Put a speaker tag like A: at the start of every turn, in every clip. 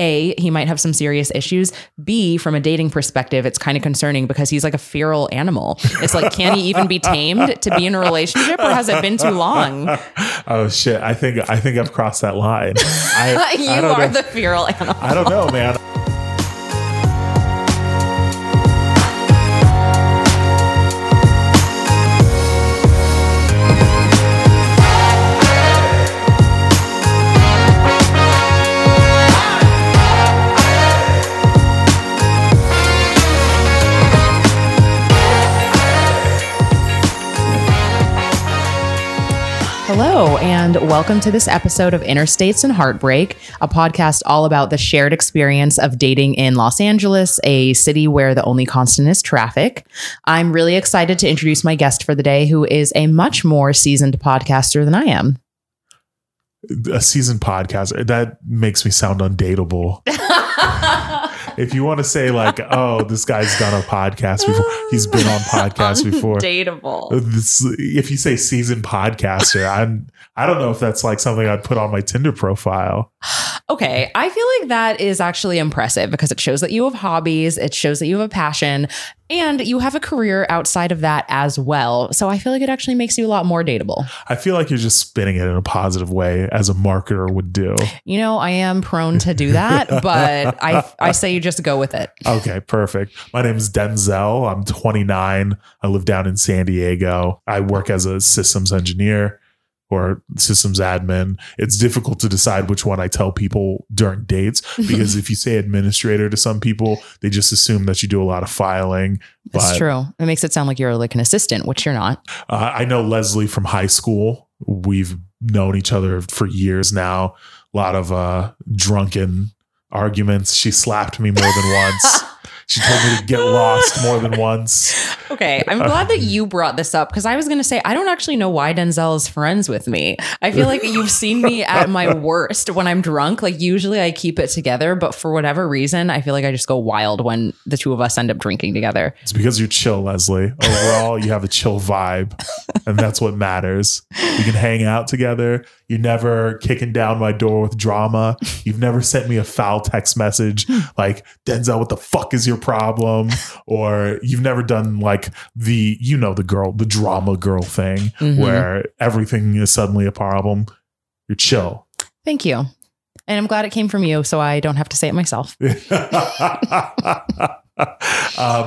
A: A, he might have some serious issues. B, from a dating perspective, it's kind of concerning because he's like a feral animal. It's like, can he even be tamed to be in a relationship or has it been too long?
B: Oh shit! I think I think I've crossed that line. I,
A: you
B: I don't
A: are
B: know.
A: the feral animal.
B: I don't know, man.
A: Hello, and welcome to this episode of Interstates and Heartbreak, a podcast all about the shared experience of dating in Los Angeles, a city where the only constant is traffic. I'm really excited to introduce my guest for the day, who is a much more seasoned podcaster than I am.
B: A seasoned podcaster that makes me sound undateable. if you want to say like, oh, this guy's done a podcast before, he's been on podcasts before.
A: Dateable.
B: This, if you say seasoned podcaster, I'm I don't know if that's like something I'd put on my Tinder profile.
A: Okay, I feel like that is actually impressive because it shows that you have hobbies, it shows that you have a passion, and you have a career outside of that as well. So I feel like it actually makes you a lot more dateable.
B: I feel like you're just spinning it in a positive way as a marketer would do.
A: You know, I am prone to do that, but I I say you just go with it.
B: Okay, perfect. My name is Denzel. I'm 29. I live down in San Diego. I work as a systems engineer or systems admin. It's difficult to decide which one I tell people during dates because if you say administrator to some people, they just assume that you do a lot of filing.
A: It's
B: But
A: true. It makes it sound like you're like an assistant, which you're not.
B: Uh, I know Leslie from high school. We've known each other for years now. A lot of uh, drunken arguments. She slapped me more than once. She told me to get lost more than once.
A: Okay, I'm glad that you brought this up because I was going to say I don't actually know why Denzel is friends with me. I feel like you've seen me at my worst when I'm drunk. Like usually I keep it together, but for whatever reason, I feel like I just go wild when the two of us end up drinking together.
B: It's because you're chill, Leslie. Overall, you have a chill vibe, and that's what matters. We can hang out together. You're never kicking down my door with drama. You've never sent me a foul text message like, Denzel, what the fuck is your problem? Or you've never done like the, you know, the girl, the drama girl thing
A: Mhm.
B: where everything is suddenly a problem. You're chill.
A: Thank you. And I'm glad it came from you, so I don't have to say it myself.
B: uh,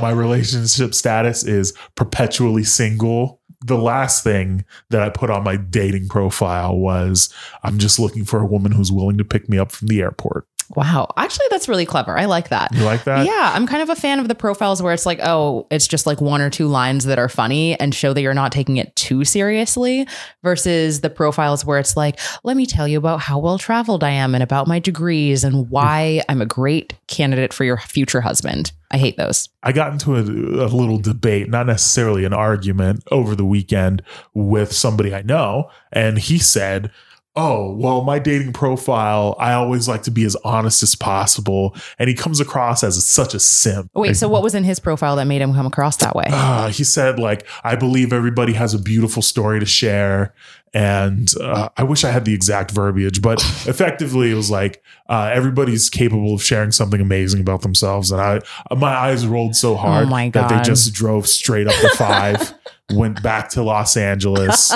B: my relationship status is perpetually single. The last thing that I put on my dating profile was I'm just looking for a woman who's willing to pick me up from the airport.
A: Wow. Actually, that's really clever. I like that.
B: You like that?
A: yeah, I'm kind of a fan of the profiles where it's like, oh, it's just like one or two lines that are funny and show that you're not taking it too seriously versus the profiles where it's like, let me tell you about how well traveled I am and about my degrees and why I'm a great candidate for your future husband. I hate those.
B: I got into a, a little debate, not necessarily an argument, over the weekend with somebody I know. And he said, Oh, well, my dating profile, I always like to be as honest as possible. And he comes across as such a simp.
A: Oh, Wait, so what was in his profile that made him come across that way?
B: Uh, he said, like, I believe everybody has a beautiful story to share. And uh, I wish I had the exact verbiage, but effectively it was like uh, everybody's capable of sharing something amazing about themselves. And I, my eyes rolled so hard
A: Oh my
B: that they
A: God.
B: just drove straight up the five, went back to Los Angeles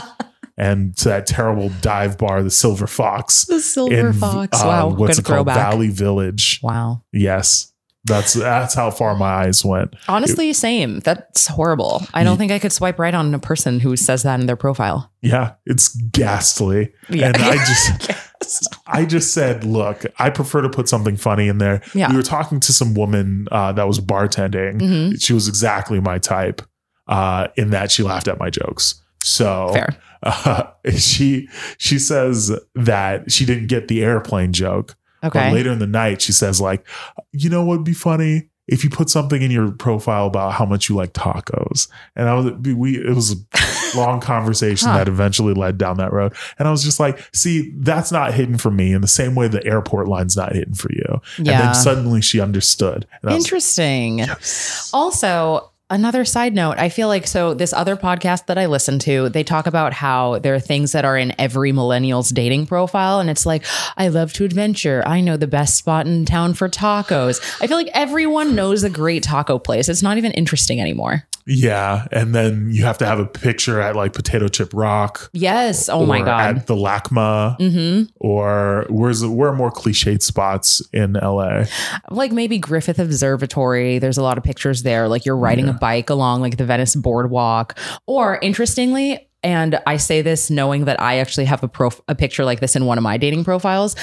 B: and to that terrible dive bar, the Silver Fox.
A: The silver
B: in,
A: fox.
B: uh,
A: wow,
B: what's
A: good
B: it called?
A: throwback.
B: Valley Village.
A: Wow.
B: Yes, that's that's how far my eyes went.
A: Honestly, same. That's horrible. I don't think I could swipe right on a person who says that in their profile.
B: Yeah, it's ghastly.
A: Yeah.
B: And I just I just said, look, I prefer to put something funny in there.
A: Yeah.
B: We were talking to some woman uh, that was bartending.
A: Mhm.
B: She was exactly my type uh, in that she laughed at my jokes. So
A: Fair.
B: uh, she she says that she didn't get the airplane joke.
A: Okay.
B: But later in the night, she says like, you know what would be funny if you put something in your profile about how much you like tacos. And I was we it was a long conversation
A: Huh.
B: that eventually led down that road. And I was just like, see, that's not hidden for me in the same way the airport line's not hidden for you. And
A: yeah.
B: then suddenly she understood. And I was like,
A: Interesting. Oh.
B: yes.
A: Also, Another side note, I feel like so this other podcast that I listen to, they talk about how there are things that are in every millennial's dating profile and it's like, I love to adventure. I know the best spot in town for tacos. I feel like everyone knows a great taco place. It's not even interesting anymore.
B: Yeah. And then you have to have a picture at like Potato Chip Rock.
A: Yes. Oh my
B: or
A: god.
B: At the LACMA
A: mhm.
B: or where's the, where are more cliched spots in LA?
A: Like maybe Griffith Observatory. There's a lot of pictures there. Like you're riding a bike along like the Venice boardwalk. Or interestingly, and I say this knowing that I actually have a prof- a picture like this in one of my dating profiles.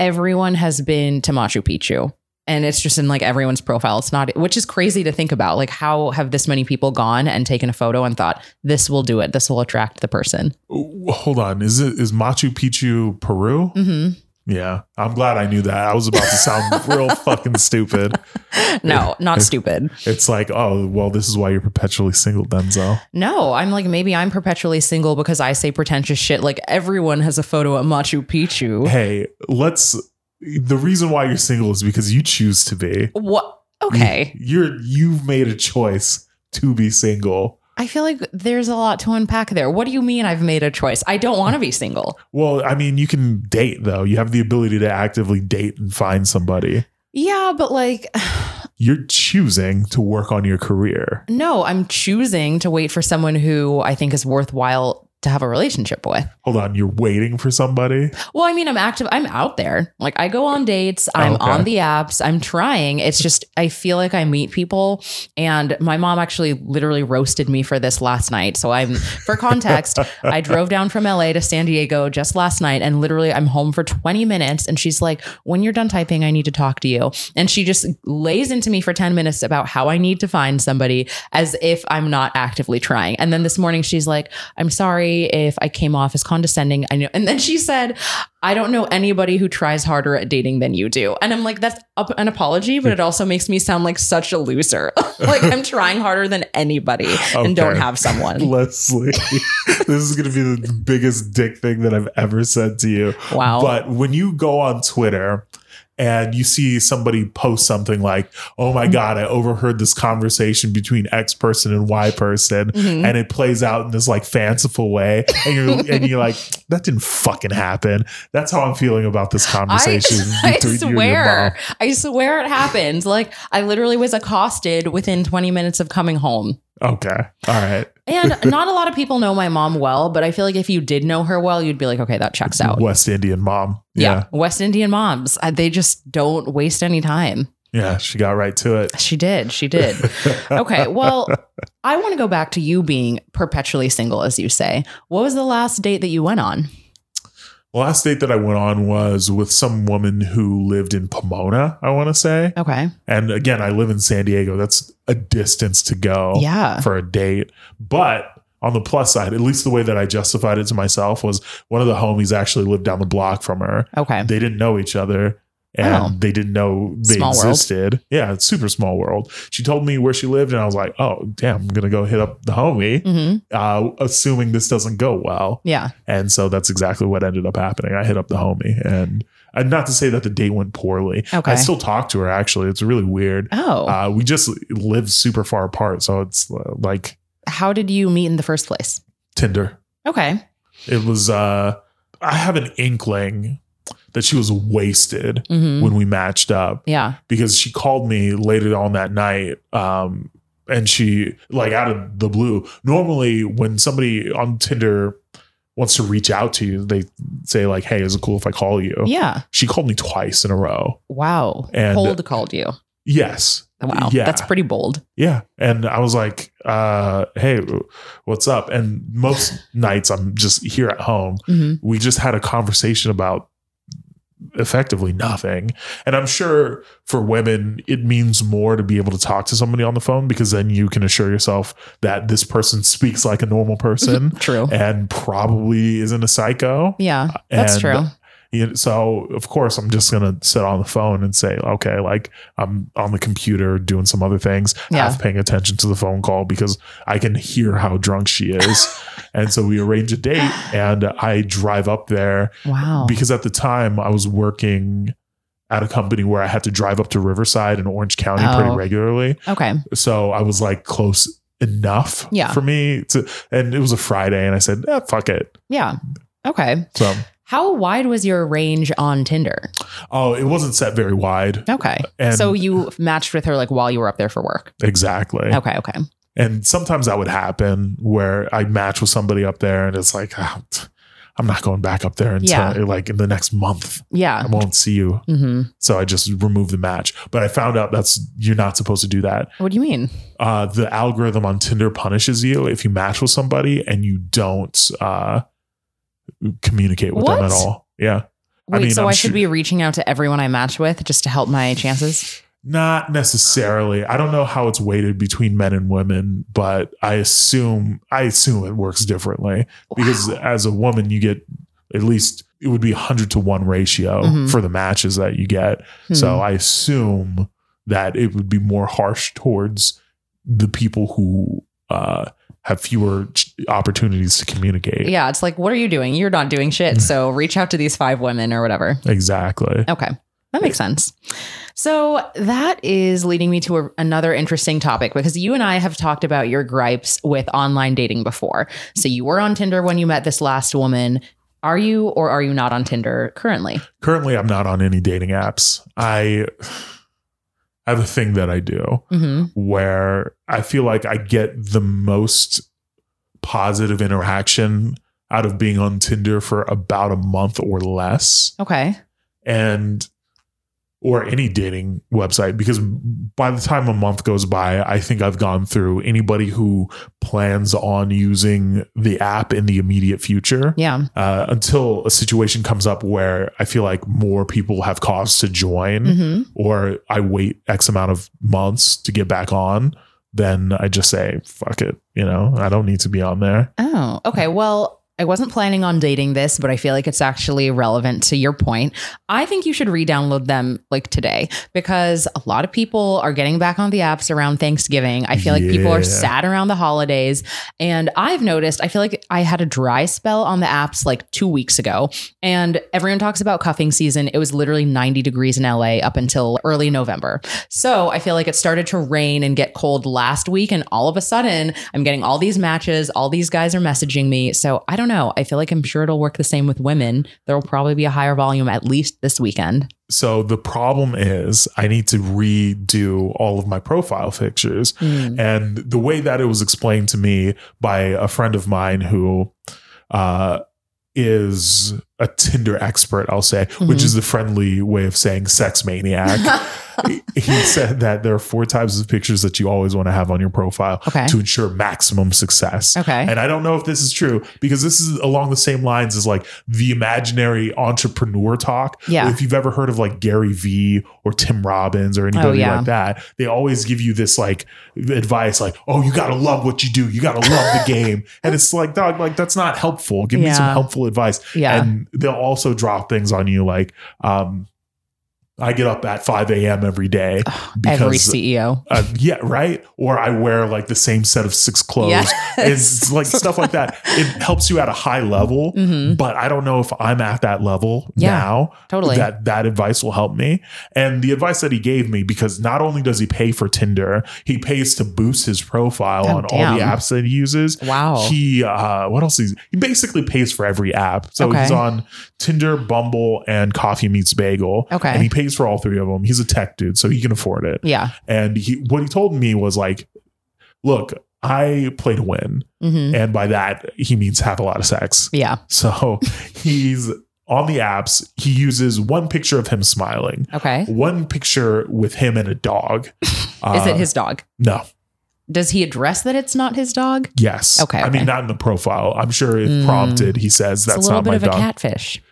A: Everyone has been to Machu Picchu. And it's just in like everyone's profile. It's not, which is crazy to think about. Like, how have this many people gone and taken a photo and thought, this will do it? This will attract the person.
B: Ooh, Hold on. Is it is Machu Picchu Peru?
A: hmm
B: Yeah. I'm glad I knew that. I was about to sound real fucking stupid.
A: No, not stupid.
B: It's like, oh, well, this is why you're perpetually single, Denzel.
A: No, I'm like maybe I'm perpetually single because I say pretentious shit. Like everyone has a photo at Machu Picchu.
B: Hey, let's the reason why you're single is because you choose to be.
A: What? Okay.
B: You're you've made a choice to be single.
A: I feel like there's a lot to unpack there. What do you mean I've made a choice? I don't want to be single.
B: Well, I mean, you can date though. You have the ability to actively date and find somebody.
A: Yeah, but like,
B: You're choosing to work on your career.
A: no, I'm choosing to wait for someone who I think is worthwhile to have a relationship with.
B: Hold on, you're waiting for somebody.
A: Well, I mean, I'm active. I'm out there. Like I go on dates. I'm
B: okay.
A: on the apps. I'm trying. It's just I feel like I meet people. And my mom actually literally roasted me for this last night. So I'm for context. I drove down from LA to San Diego just last night, and literally I'm home for 20 minutes. And she's like, "When you're done typing, I need to talk to you." And she just lays into me for 10 minutes about how I need to find somebody as if I'm not actively trying. And then this morning she's like, "I'm sorry if I came off as condescending." I know. And then she said. I don't know anybody who tries harder at dating than you do. And I'm like, that's up an apology,
B: Hmm.
A: but it also makes me sound like such a loser. like I'm trying harder than anybody and don't
B: Okay.
A: have someone.
B: Leslie, this is going to be the biggest dick thing that I've ever said to you.
A: Wow.
B: But when you go on Twitter and you see somebody post something like, oh
A: Mm-hmm.
B: my God, I overheard this conversation between X person and Y person,
A: Mhm.
B: and it plays out in this like fanciful way, and you're and you're like, that didn't fucking happen. That's how I'm feeling about this
A: I,
B: conversation.
A: I
B: between you and your mom.
A: swear, I swear it happened. Like I literally was accosted within 20 minutes of coming home.
B: Okay. All right.
A: And not a lot of people know my mom well, but I feel like if you did know her well, you'd be like, okay, that checks out.
B: West Indian mom.
A: Yeah. West Indian moms, uh, they just don't waste any time.
B: yeah. Yeah, She got right to it.
A: She did. She did. okay. Well, I want to go back to you being perpetually single, as you say. What was the last date that you went on?
B: The last date that I went on was with some woman who lived in Pomona, I want to say.
A: Okay.
B: And again, I live in San Diego. That's a distance to go
A: Yeah.
B: for a date. But on the plus side, at least the way that I justified it to myself was one of the homies actually lived down the block from her.
A: Okay.
B: They didn't know each other and
A: Oh.
B: they didn't know they
A: Small world.
B: existed. Yeah, it's super small world. She told me where she lived, and I was like, oh, damn, I'm going to go hit up the homie,
A: hmm
B: uh, assuming this doesn't go well.
A: Yeah.
B: And so that's exactly what ended up happening. I hit up the homie and, and not to say that the date went poorly.
A: Okay.
B: I still talk to her actually. It's really weird.
A: Oh,
B: Uh, we just live super far apart. So it's uh, like
A: how did you meet in the first place?
B: Tinder.
A: Okay.
B: It was, uh, I have an inkling that she was wasted
A: hmm
B: when we matched up
A: Yeah.
B: because she called me later on that night. Um, and she like out of the blue. Normally, when somebody on Tinder wants to reach out to you, they say like, "Hey, is it cool if I call you?"
A: Yeah.
B: She called me twice in a row.
A: Wow.
B: And-
A: Cold called you.
B: Yes.
A: Wow.
B: Yeah.
A: That's pretty bold.
B: Yeah. And I was like, uh, "Hey, what's up?" And most nights I'm just here at home.
A: hmm
B: we just had a conversation about effectively nothing. And I'm sure for women, it means more to be able to talk to somebody on the phone because then you can assure yourself that this person speaks like a normal person
A: True.
B: and probably isn't a psycho.
A: Yeah. That's
B: And,
A: true.
B: you know, so of course I'm just gonna sit on the phone and say, okay, like I'm on the computer doing some other things,
A: Yeah.
B: half paying attention to the phone call because I can hear how drunk she is. and so we arrange a date and I drive up there
A: Wow.
B: because at the time I was working at a company where I had to drive up to Riverside in Orange County
A: Oh.
B: pretty regularly.
A: Okay.
B: So I was like close enough
A: Yeah.
B: for me to, and it was a Friday and I said, eh, fuck it.
A: Yeah. Okay.
B: So,
A: How wide was your range on Tinder?
B: oh, it wasn't set very wide.
A: Okay.
B: And
A: so you matched with her like while you were up there for work.
B: exactly.
A: Okay. Okay.
B: And sometimes that would happen where I match with somebody up there and it's like, ah, t- I'm not going back up there until
A: Yeah.
B: like in the next month. I
A: Yeah.
B: won't see you.
A: hmm
B: So I just removed the match. But I found out that's you're not supposed to do that.
A: What do you mean?
B: Uh, the algorithm on Tinder punishes you if you match with somebody and you don't uh, communicate with them
A: What?
B: at all. Yeah. I
A: Wait,
B: mean,
A: so
B: I'm
A: I should
B: su-
A: be reaching out to everyone I match with just to help my chances?
B: Not necessarily. I don't know how it's weighted between men and women, but I assume I assume it works differently because
A: Wow.
B: as a woman, you get at least it would be hundred to one ratio
A: Mhm.
B: for the matches that you get.
A: Hmm.
B: So I assume that it would be more harsh towards the people who uh, have fewer ch- opportunities to communicate.
A: Hmm. yeah, it's like, what are you doing? You're not doing
B: Hmm.
A: shit. So reach out to these five women or whatever.
B: Exactly.
A: Okay. That makes sense. So that is leading me to a, another interesting topic because you and I have talked about your gripes with online dating before. So you were on Tinder when you met this last woman. Are you or are you not on Tinder currently?
B: Currently, I'm not on any dating apps. I I have a thing that I do
A: hmm
B: where I feel like I get the most positive interaction out of being on Tinder for about a month or less.
A: Okay.
B: and or any dating website because by the time a month goes by i think i've gone through anybody who plans on using the app in the immediate future
A: Yeah.
B: uh, until a situation comes up where i feel like more people have cause to join
A: hmm
B: or i wait x amount of months to get back on then i just say fuck it you know i don't need to be on there
A: Oh, okay. Well, I wasn't planning on dating this, but I feel like it's actually relevant to your point. I think you should re download them like today because a lot of people are getting back on the apps around Thanksgiving. I feel like people are
B: Yeah.
A: sad around the holidays. And I've noticed, I feel like I had a dry spell on the apps like two weeks ago. And everyone talks about cuffing season. It was literally 90 degrees in LA up until early November. So I feel like it started to rain and get cold last week. And all of a sudden, I'm getting all these matches. All these guys are messaging me. So I don't know. I feel like I'm sure it'll work the same with women. There will probably be a higher volume at least this weekend.
B: so the problem is i need to redo all of my profile pictures And the way that it was explained to me by a friend of mine who uh, is a Tinder expert, I'll say, which
A: Mhm.
B: is the friendly way of saying sex maniac. he he said that there are four types of pictures that you always want to have on your profile
A: okay.
B: to ensure maximum success.
A: Okay.
B: And I don't know if this is true because this is along the same lines as like the imaginary entrepreneur talk.
A: Yeah.
B: If you've ever heard of like Gary Vee or Tim Robbins or anybody
A: Oh, yeah.
B: like that, they always give you this like advice like, oh, you got to love what you do. You got to love the game. And it's like, dog, like that's not helpful. Give me some
A: Yeah.
B: helpful advice.
A: Yeah.
B: And they'll also drop things on you like, um, I get up at 5 a.m. every day
A: Every E
B: because
A: CEO.
B: uh, yeah, right. Or I wear like the same set of six clothes.
A: Yes.
B: It's like stuff like that. It helps you at a high level,
A: Mhm.
B: but I don't know if I'm at that level
A: Yeah,
B: now.
A: Totally.
B: That that advice will help me. And the advice that he gave me, because not only does he pay for Tinder, he pays to boost his profile
A: Oh,
B: on all
A: damn.
B: the
A: Oh.
B: apps that he uses.
A: wow.
B: He uh what else is he basically pays for every app. So
A: Okay.
B: he's on Tinder, Bumble, and Coffee Meets Bagel.
A: Okay.
B: And he pays for all three of them. He's a tech dude, so he can afford it.
A: yeah.
B: And he, what he told me was like, look, I play to win.
A: hmm
B: And by that, he means have a lot of sex.
A: Yeah.
B: So he's on the apps. He uses one picture of him smiling,
A: Okay.
B: one picture with him and a dog.
A: Is
B: Uh,
A: it his dog?
B: No.
A: Does he address that it's not his dog?
B: Yes.
A: Okay,
B: I
A: okay.
B: mean, not in the profile. I'm sure if
A: Mm.
B: prompted, he says
A: It's a
B: that's
A: little
B: not
A: bit
B: my
A: of a
B: dog.
A: catfish.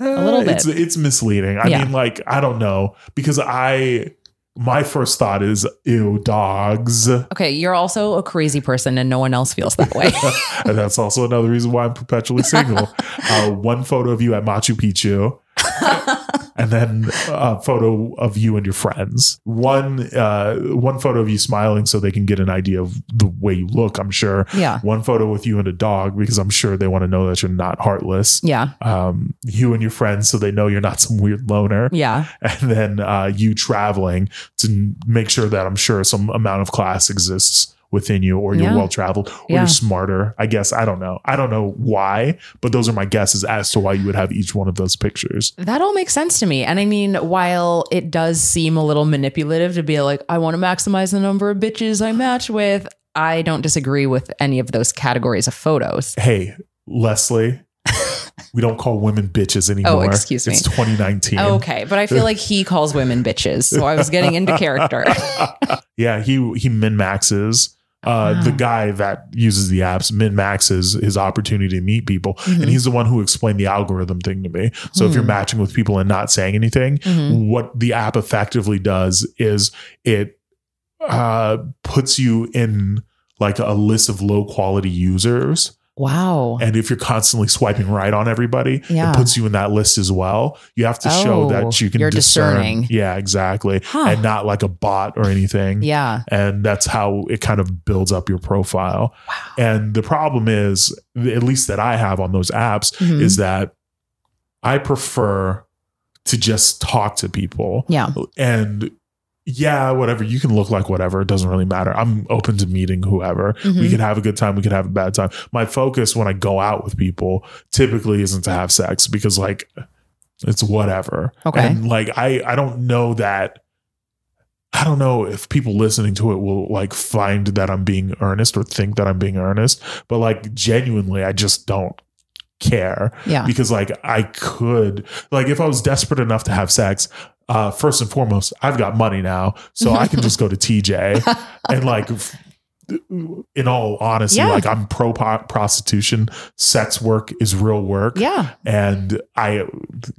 B: a
A: little bit.
B: It's, it's misleading. I
A: Yeah.
B: mean, like, I don't know because I, my first thought is, ew, dogs.
A: Okay, you're also a crazy person, and no one else feels that way.
B: and that's also another reason why I'm perpetually single. uh, one photo of you at Machu Picchu, and then a photo of you and your friends. One uh, one photo of you smiling so they can get an idea of the way you look. I'm sure.
A: Yeah.
B: One photo with you and a dog because I'm sure they want to know that you're not heartless.
A: Yeah.
B: Um, you and your friends so they know you're not some weird loner.
A: Yeah.
B: And then uh, you traveling to make sure that I'm sure some amount of class exists within you or you're
A: Yeah.
B: well traveled or
A: Yeah.
B: you're smarter. I guess I don't know. I don't know why, but those are my guesses as to why you would have each one of those pictures.
A: That all makes sense to me. And I mean, while it does seem a little manipulative to be like, I want to maximize the number of bitches I match with, I don't disagree with any of those categories of photos.
B: Hey, Leslie, we don't call women bitches anymore.
A: Oh, excuse me. Oh,
B: It's 2019.
A: Okay. But I feel like he calls women bitches. So I was getting into character.
B: yeah, he he min maxes. Uh,
A: Wow.
B: The guy that uses the apps min maxes his opportunity to meet people,
A: Mhm.
B: and he's the one who explained the algorithm thing to me. So if you're
A: Hmm.
B: matching with people and not saying anything,
A: Mhm.
B: what the app effectively does is it uh, puts you in like a list of low quality users
A: Wow.
B: and if you're constantly swiping right on everybody,
A: Yeah.
B: it puts you in that list as well. You have to show
A: Oh,
B: that you can
A: you're
B: discern.
A: discerning.
B: Yeah, exactly.
A: Huh.
B: And not like a bot or anything.
A: Yeah.
B: And that's how it kind of builds up your profile.
A: Wow.
B: And the problem is, at least that I have on those apps,
A: Mhm.
B: is that I prefer to just talk to people
A: Yeah.
B: and yeah, whatever. You can look like whatever. It doesn't really matter. I'm open to meeting whoever.
A: Mhm.
B: We could have a good time. We could have a bad time. My focus when I go out with people typically isn't to have sex because, like, it's whatever.
A: Okay.
B: And, like, I, I don't know that. I don't know if people listening to it will like find that I'm being earnest or think that I'm being earnest, but like genuinely, I just don't care
A: Yeah.
B: because like I could like if I was desperate enough to have sex, uh first and foremost, I've got money now, so I can just go to TJ and like f- in all honesty,
A: Yeah.
B: like I'm pro po- prostitution. Sex work is real work,
A: Yeah.
B: and I,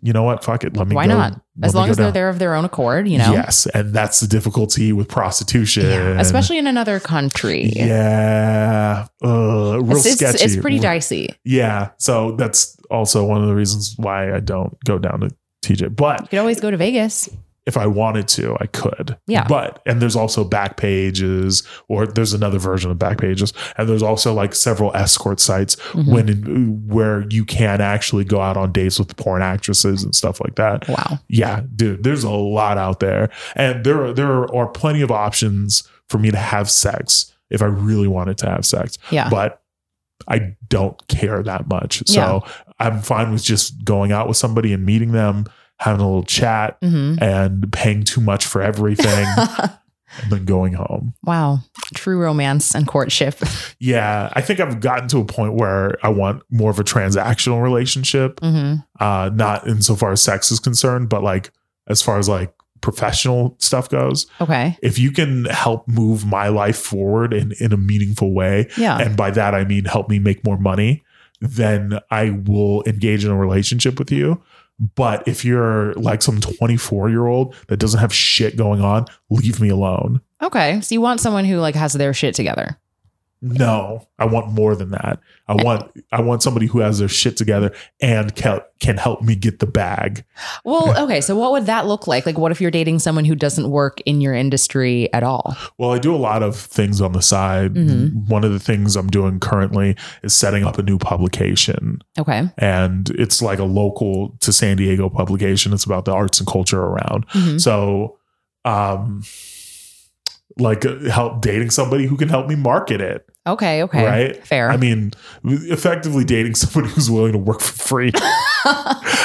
B: you know what? Fuck it. Let me.
A: Why
B: go-
A: not?
B: let
A: As
B: me
A: long
B: go
A: as they're
B: down.
A: there of their own accord, you know?
B: Yes, and that's the difficulty with prostitution,
A: Yeah. Especially in another country.
B: Yeah, uh, real
A: It's, it's-
B: sketchy.
A: it's pretty
B: Real-
A: dicey.
B: yeah so that's also one of the reasons why i don't go down to tj
A: You
B: but
A: could always go to Vegas.
B: if i wanted to i could
A: Yeah.
B: but and there's also back pages or there's another version of back pages and there's also like several escort sites
A: Mhm.
B: when where you can actually go out on dates with porn actresses and stuff like that
A: Wow.
B: yeah, dude, there's a lot out there, and there are, there are plenty of options for me to have sex if I really wanted to have sex.
A: Yeah.
B: but I don't care that much, so I'm fine with just going out with somebody and meeting them, having a little chat,
A: hmm
B: and paying too much for everything,
A: Mm-hmm.
B: and then going home.
A: wow. True romance and courtship.
B: Yeah, I think I've gotten to a point where I want more of a transactional relationship,
A: hmm
B: uh, not insofar as sex is concerned, but like as far as like professional stuff goes.
A: Okay.
B: if you can help move my life forward in, in a meaningful way,
A: Yeah.
B: and by that I mean help me make more money, then I will engage in a relationship with you. But if you're like some 24 year old that doesn't have shit going on, leave me alone.
A: okay. So you want someone who like has their shit together.
B: No, I want more than that. I want I want somebody who has their shit together and can, can help me get the bag.
A: Well, okay. So what would that look like? Like, what if you're dating someone who doesn't work in your industry at all?
B: Well, I do a lot of things on the side.
A: Mhm.
B: One of the things I'm doing currently is setting up a new publication.
A: Okay.
B: and it's like a local to San Diego publication. It's about the arts and culture around.
A: Mhm.
B: So, um, like uh, help dating somebody who can help me market it.
A: Okay. Okay.
B: Right?
A: Fair.
B: I mean, effectively dating somebody who's willing to work for free.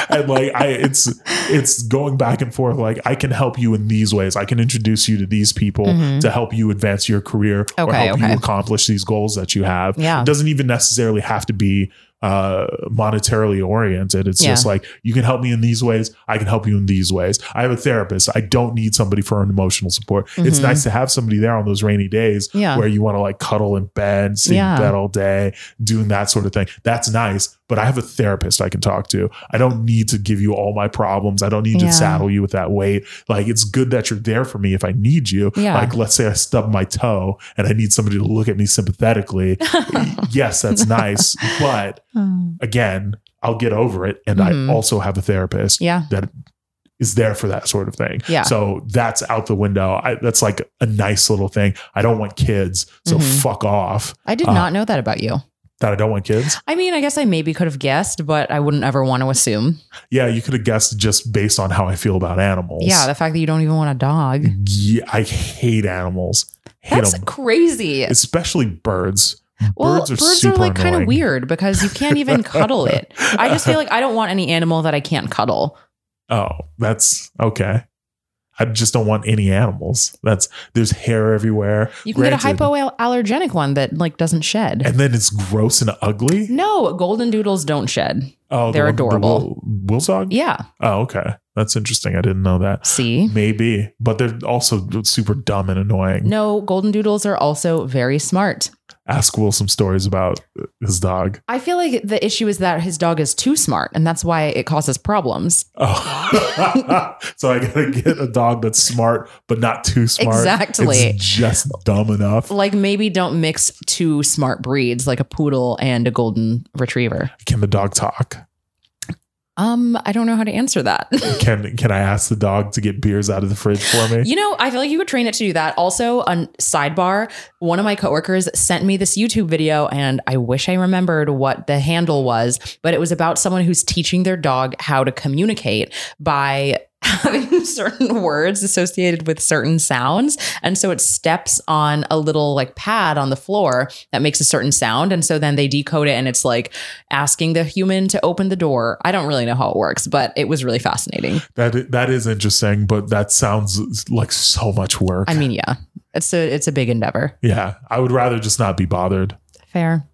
B: and like I it's it's going back and forth like I can help you in these ways. I can introduce you to these people
A: Mhm.
B: to help you advance your career or
A: Okay,
B: help
A: okay.
B: you accomplish these goals that you have.
A: Yeah.
B: It doesn't even necessarily have to be uh monetarily oriented. It's
A: Yeah.
B: just like you can help me in these ways, I can help you in these ways. I have a therapist. I don't need somebody for an emotional support. It's
A: Mhm.
B: nice to have somebody there on those rainy days
A: yeah.
B: where you want to like cuddle in bed, sit
A: Yeah.
B: in bed all day, doing that sort of thing. That's nice, but I have a therapist I can talk to. I don't need to give you all my problems. I don't need
A: Yeah.
B: to saddle you with that weight. Like it's good that you're there for me if I need you.
A: Yeah.
B: Like let's say I stub my toe and I need somebody to look at me sympathetically. yes, that's nice, but
A: Mm.
B: again, I'll get over it and
A: Mhm.
B: I also have a therapist
A: yeah.
B: that is there for that sort of thing.
A: Yeah.
B: So that's out the window. I, that's like a nice little thing. I don't want kids, so
A: Mhm.
B: fuck off
A: I did
B: Uh,
A: not know that about you.
B: that I don't want kids.
A: I mean, I guess I maybe could have guessed, but I wouldn't ever want to assume.
B: Yeah, you could have guessed just based on how I feel about animals.
A: Yeah, the fact that you don't even want a dog.
B: Yeah, I hate animals. Hate
A: That's
B: 'em.
A: crazy.
B: especially birds.
A: well,
B: birds
A: birds
B: are
A: are,
B: super
A: like kind
B: annoying.
A: of weird because you can't even cuddle it. I just feel like I don't want any animal that I can't cuddle.
B: Oh, that's okay. I just don't want any animals. That's there's hair everywhere,
A: You can
B: Granted.
A: get a hypoallergenic one that like doesn't shed.
B: and then it's gross and ugly.
A: No, golden doodles don't shed.
B: Oh,
A: Mm-hmm. They're
B: one-
A: adorable.
B: Will, Will's dog.
A: Yeah.
B: Oh, okay, that's interesting. I didn't know that.
A: See?
B: Maybe, but they're also super dumb and annoying.
A: No, golden doodles are also very smart.
B: Ask Will some stories about his dog.
A: I feel like the issue is that his dog is too smart and that's why it causes problems.
B: Oh, so I gotta get a dog that's smart but not too smart.
A: Exactly.
B: it's just dumb enough.
A: Like maybe don't mix two smart breeds like a poodle and a golden retriever.
B: Can the dog talk?
A: Um, I don't know how to answer that.
B: Can can I ask the dog to get beers out of the fridge for me?
A: You know, I feel like you could train it to do that. Also, on sidebar, one of my coworkers sent me this YouTube video, and I wish I remembered what the handle was, but it was about someone who's teaching their dog how to communicate by having certain words associated with certain sounds. And so it steps on a little like pad on the floor that makes a certain sound. And so then they decode it and it's like asking the human to open the door. I don't really know how it works, but it was really fascinating.
B: That i- that is interesting, but that sounds like so much work.
A: I mean, yeah, it's a it's a big endeavor.
B: yeah, I would rather just not be bothered.
A: Fair.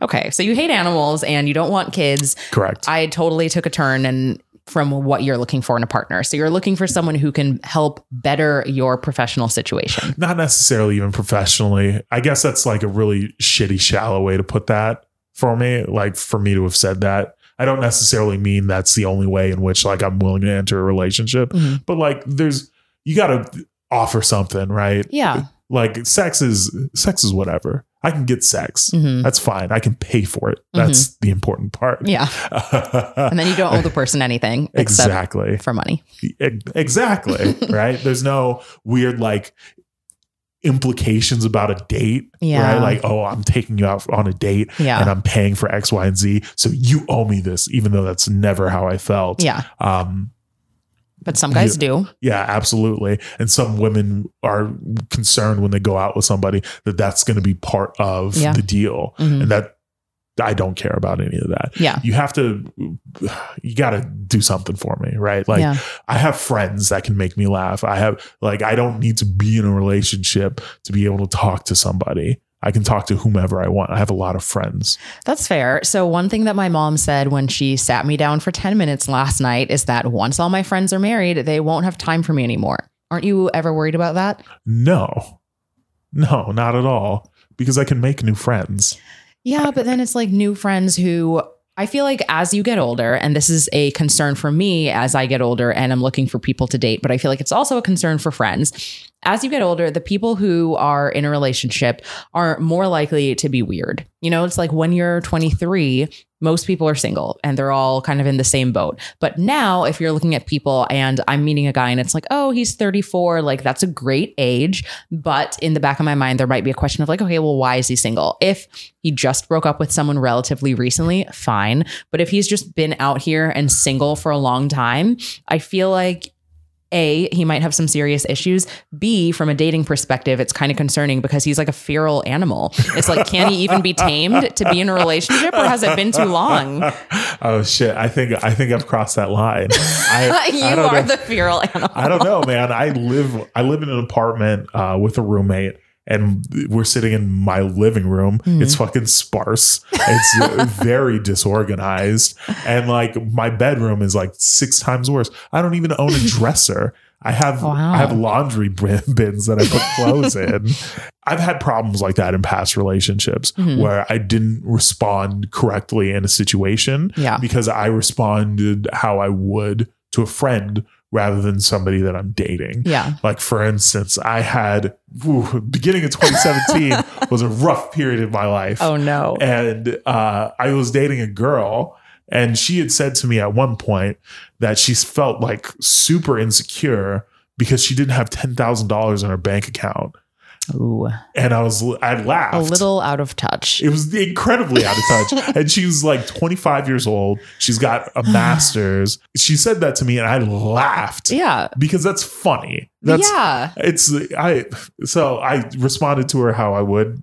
A: Okay, so you hate animals and you don't want kids.
B: Correct.
A: I totally took a turn and from what you're looking for in a partner. So you're looking for someone who can help better your professional situation.
B: not necessarily even professionally. I guess that's like a really shitty, shallow way to put that for me. Like for me to have said that. I don't necessarily mean that's the only way in which like I'm willing to enter a relationship,
A: Mhm.
B: but like there's you got to offer something, right?
A: Yeah.
B: Like sex is sex is whatever. I can get sex.
A: hmm
B: That's fine. I can pay for it. That's the important part.
A: Mm-hmm. Yeah. And then you don't owe the person anything except
B: exactly.
A: for money.
B: E- Exactly. right. There's no weird like implications about a date.
A: Yeah.
B: Right. Like, oh, I'm taking you out on a date and uh,
A: Yeah.
B: I'm paying for X, Y, and Z. So you owe me this, even though that's never how I felt.
A: Yeah.
B: Um,
A: But some guys do.
B: yeah, absolutely. And some women are concerned when they go out with somebody that that's going to be part of
A: Yeah.
B: the deal.
A: Mhm.
B: And that I don't care about any of that.
A: Yeah.
B: You have to, you got to do something for me, right? Like,
A: yeah.
B: I have friends that can make me laugh. I have, like, I don't need to be in a relationship to be able to talk to somebody. I can talk to whomever I want. I have a lot of friends.
A: That's fair. So, one thing that my mom said when she sat me down for 10 minutes last night is that once all my friends are married, they won't have time for me anymore. Aren't you ever worried about that?
B: No, no, not at all. Because I can make new friends.
A: Yeah, but then it's like new friends who I feel like as you get older, and this is a concern for me as I get older and I'm looking for people to date, but I feel like it's also a concern for friends. As you get older, the people who are in a relationship are more likely to be weird. You know, it's like when you're 23, most people are single and they're all kind of in the same boat. But now, if you're looking at people and I'm meeting a guy and it's like, oh, he's 34, like that's a great age. But in the back of my mind, there might be a question of like, okay, well, why is he single? If he just broke up with someone relatively recently, fine. But if he's just been out here and single for a long time, I feel like. A, he might have some serious issues. B, from a dating perspective, it's kind of concerning because he's like a feral animal. It's like, can he even be tamed to be in a relationship or has it been too long?
B: oh shit! I think I think I've crossed that line. I,
A: you
B: I don't
A: are
B: know.
A: the feral animal.
B: I don't know, man. I live I live in an apartment uh, with a roommate, and we're sitting in my living room.
A: Mhm.
B: It's fucking sparse. It's very disorganized, and like my bedroom is like six times worse. I don't even own a dresser. I have
A: Wow.
B: I have laundry bin- bins that I put clothes in. I've had problems like that in past relationships
A: Mhm.
B: where I didn't respond correctly in a situation
A: Yeah.
B: because I responded how I would to a friend rather than somebody that I'm dating.
A: Yeah.
B: Like for instance, I had whew, beginning of 2017 was a rough period in my life,
A: Oh no.
B: and uh, I was dating a girl, And she had said to me at one point that she felt like super insecure because she didn't have $10,000 in her bank account.
A: Ooh,
B: And I was, I laughed.
A: a little out of touch.
B: It was incredibly out of touch. and she was like 25 years old. She's got a master's. She said that to me and I laughed
A: Yeah.
B: because that's funny. That's
A: yeah.
B: it's I so I responded to her how I would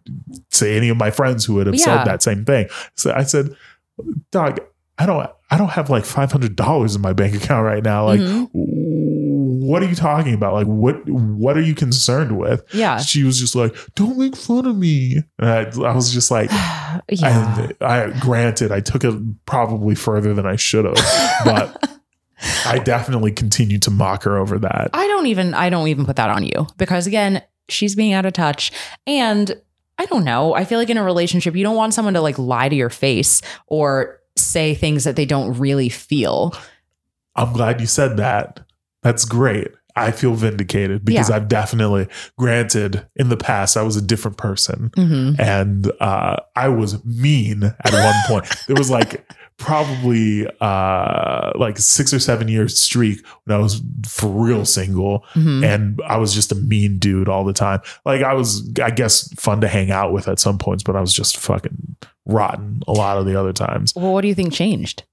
B: to any of my friends who would have
A: Yeah.
B: said that same thing. So I said, "Dog, I don't I don't have like five hundred dollars in my bank account right now. Like,
A: Mhm.
B: what are you talking about? Like, what what are you concerned with?"
A: Yeah.
B: She was just like, "Don't make fun of me," and I, I was just like.
A: yeah.
B: And I granted, I took it probably further than I should have, but I definitely continued to mock her over that.
A: I don't even I don't even put that on you because again, she's being out of touch and I don't know. I feel like in a relationship you don't want someone to like lie to your face or say things that they don't really feel.
B: I'm glad you said that. That's great. I feel vindicated because I've definitely, granted, in the past, I was a different person
A: Mhm.
B: and uh, I was mean at one point. There was like probably uh, like six or seven year streak when I was for real single
A: Mhm.
B: and I was just a mean dude all the time. Like I was, I guess, fun to hang out with at some points, but I was just fucking rotten a lot of the other times.
A: Well, what do you think changed?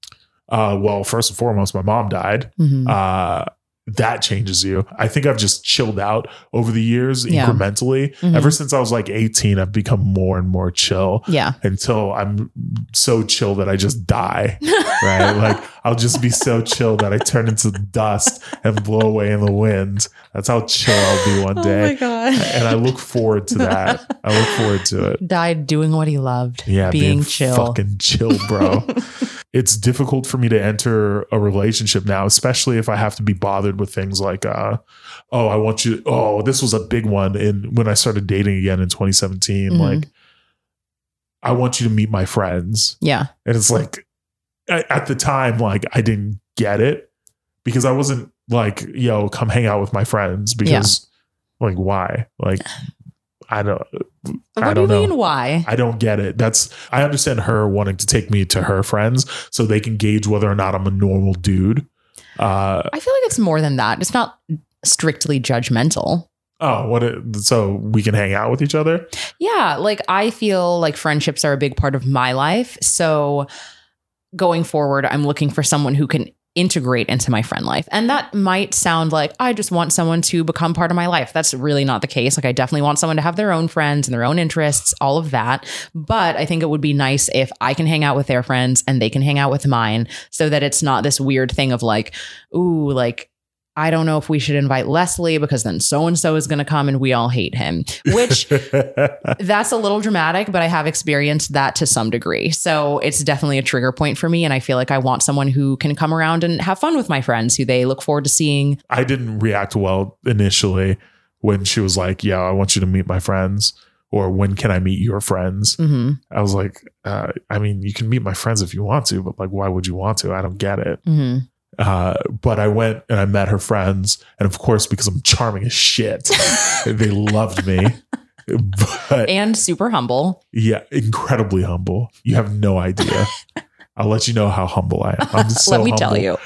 B: Uh, well, first and foremost, my mom died
A: Mhm.
B: uh that changes you. I think I've just chilled out over the years
A: Yeah.
B: incrementally.
A: Mhm.
B: Ever since I was like 18, I've become more and more chill
A: yeah.
B: until I'm so chill that I just die. Right. like I'll just be so chill that I turn into dust and blow away in the wind. That's how chill I'll be
A: Oh
B: one day.
A: god.
B: and I look forward to that. I look forward to it.
A: Died doing what he loved.
B: Yeah,
A: being chill.
B: Fucking chill, bro. it's difficult for me to enter a relationship now, especially if I have to be bothered with things like, uh, oh, I want you. Oh, this was a big one. And when I started dating again in 2017,
A: Mhm.
B: like, I want you to meet my friends.
A: yeah.
B: And it's like, a- at the time, like, I didn't get it because I wasn't like, yo, come hang out with my friends because, like, why? Like, I don't.
A: What
B: I
A: do you
B: don't know.
A: mean why?
B: I don't get it. That's I understand her wanting to take me to her friends so they can gauge whether or not I'm a normal dude. Uh
A: I feel like it's more than that. It's not strictly judgmental.
B: oh, what? It, so we can hang out with each other.
A: Yeah, like I feel like friendships are a big part of my life. So going forward, I'm looking for someone who can integrate into my friend life. And that might sound like I just want someone to become part of my life. That's really not the case. Like I definitely want someone to have their own friends and their own interests, all of that. But I think it would be nice if I can hang out with their friends and they can hang out with mine so that it's not this weird thing of like, ooh, like I don't know if we should invite Leslie because then so and so is going to come and we all hate him, which that's a little dramatic, but I have experienced that to some degree. So it's definitely a trigger point for me. And I feel like I want someone who can come around and have fun with my friends who they look forward to seeing.
B: I didn't react well initially when she was like, "Yeah, I want you to meet my friends." Or when can I meet your friends?
A: hmm
B: I was like, uh, I mean, you can meet my friends if you want to, but like, why would you want to? I don't get it.
A: hmm
B: Uh, but I went and I met her friends, and of course, because I'm charming as shit, they loved me. But
A: and super humble.
B: yeah, incredibly humble. You have no idea. I'll let you know how humble I am. I'm so
A: Let me tell
B: humble.
A: you.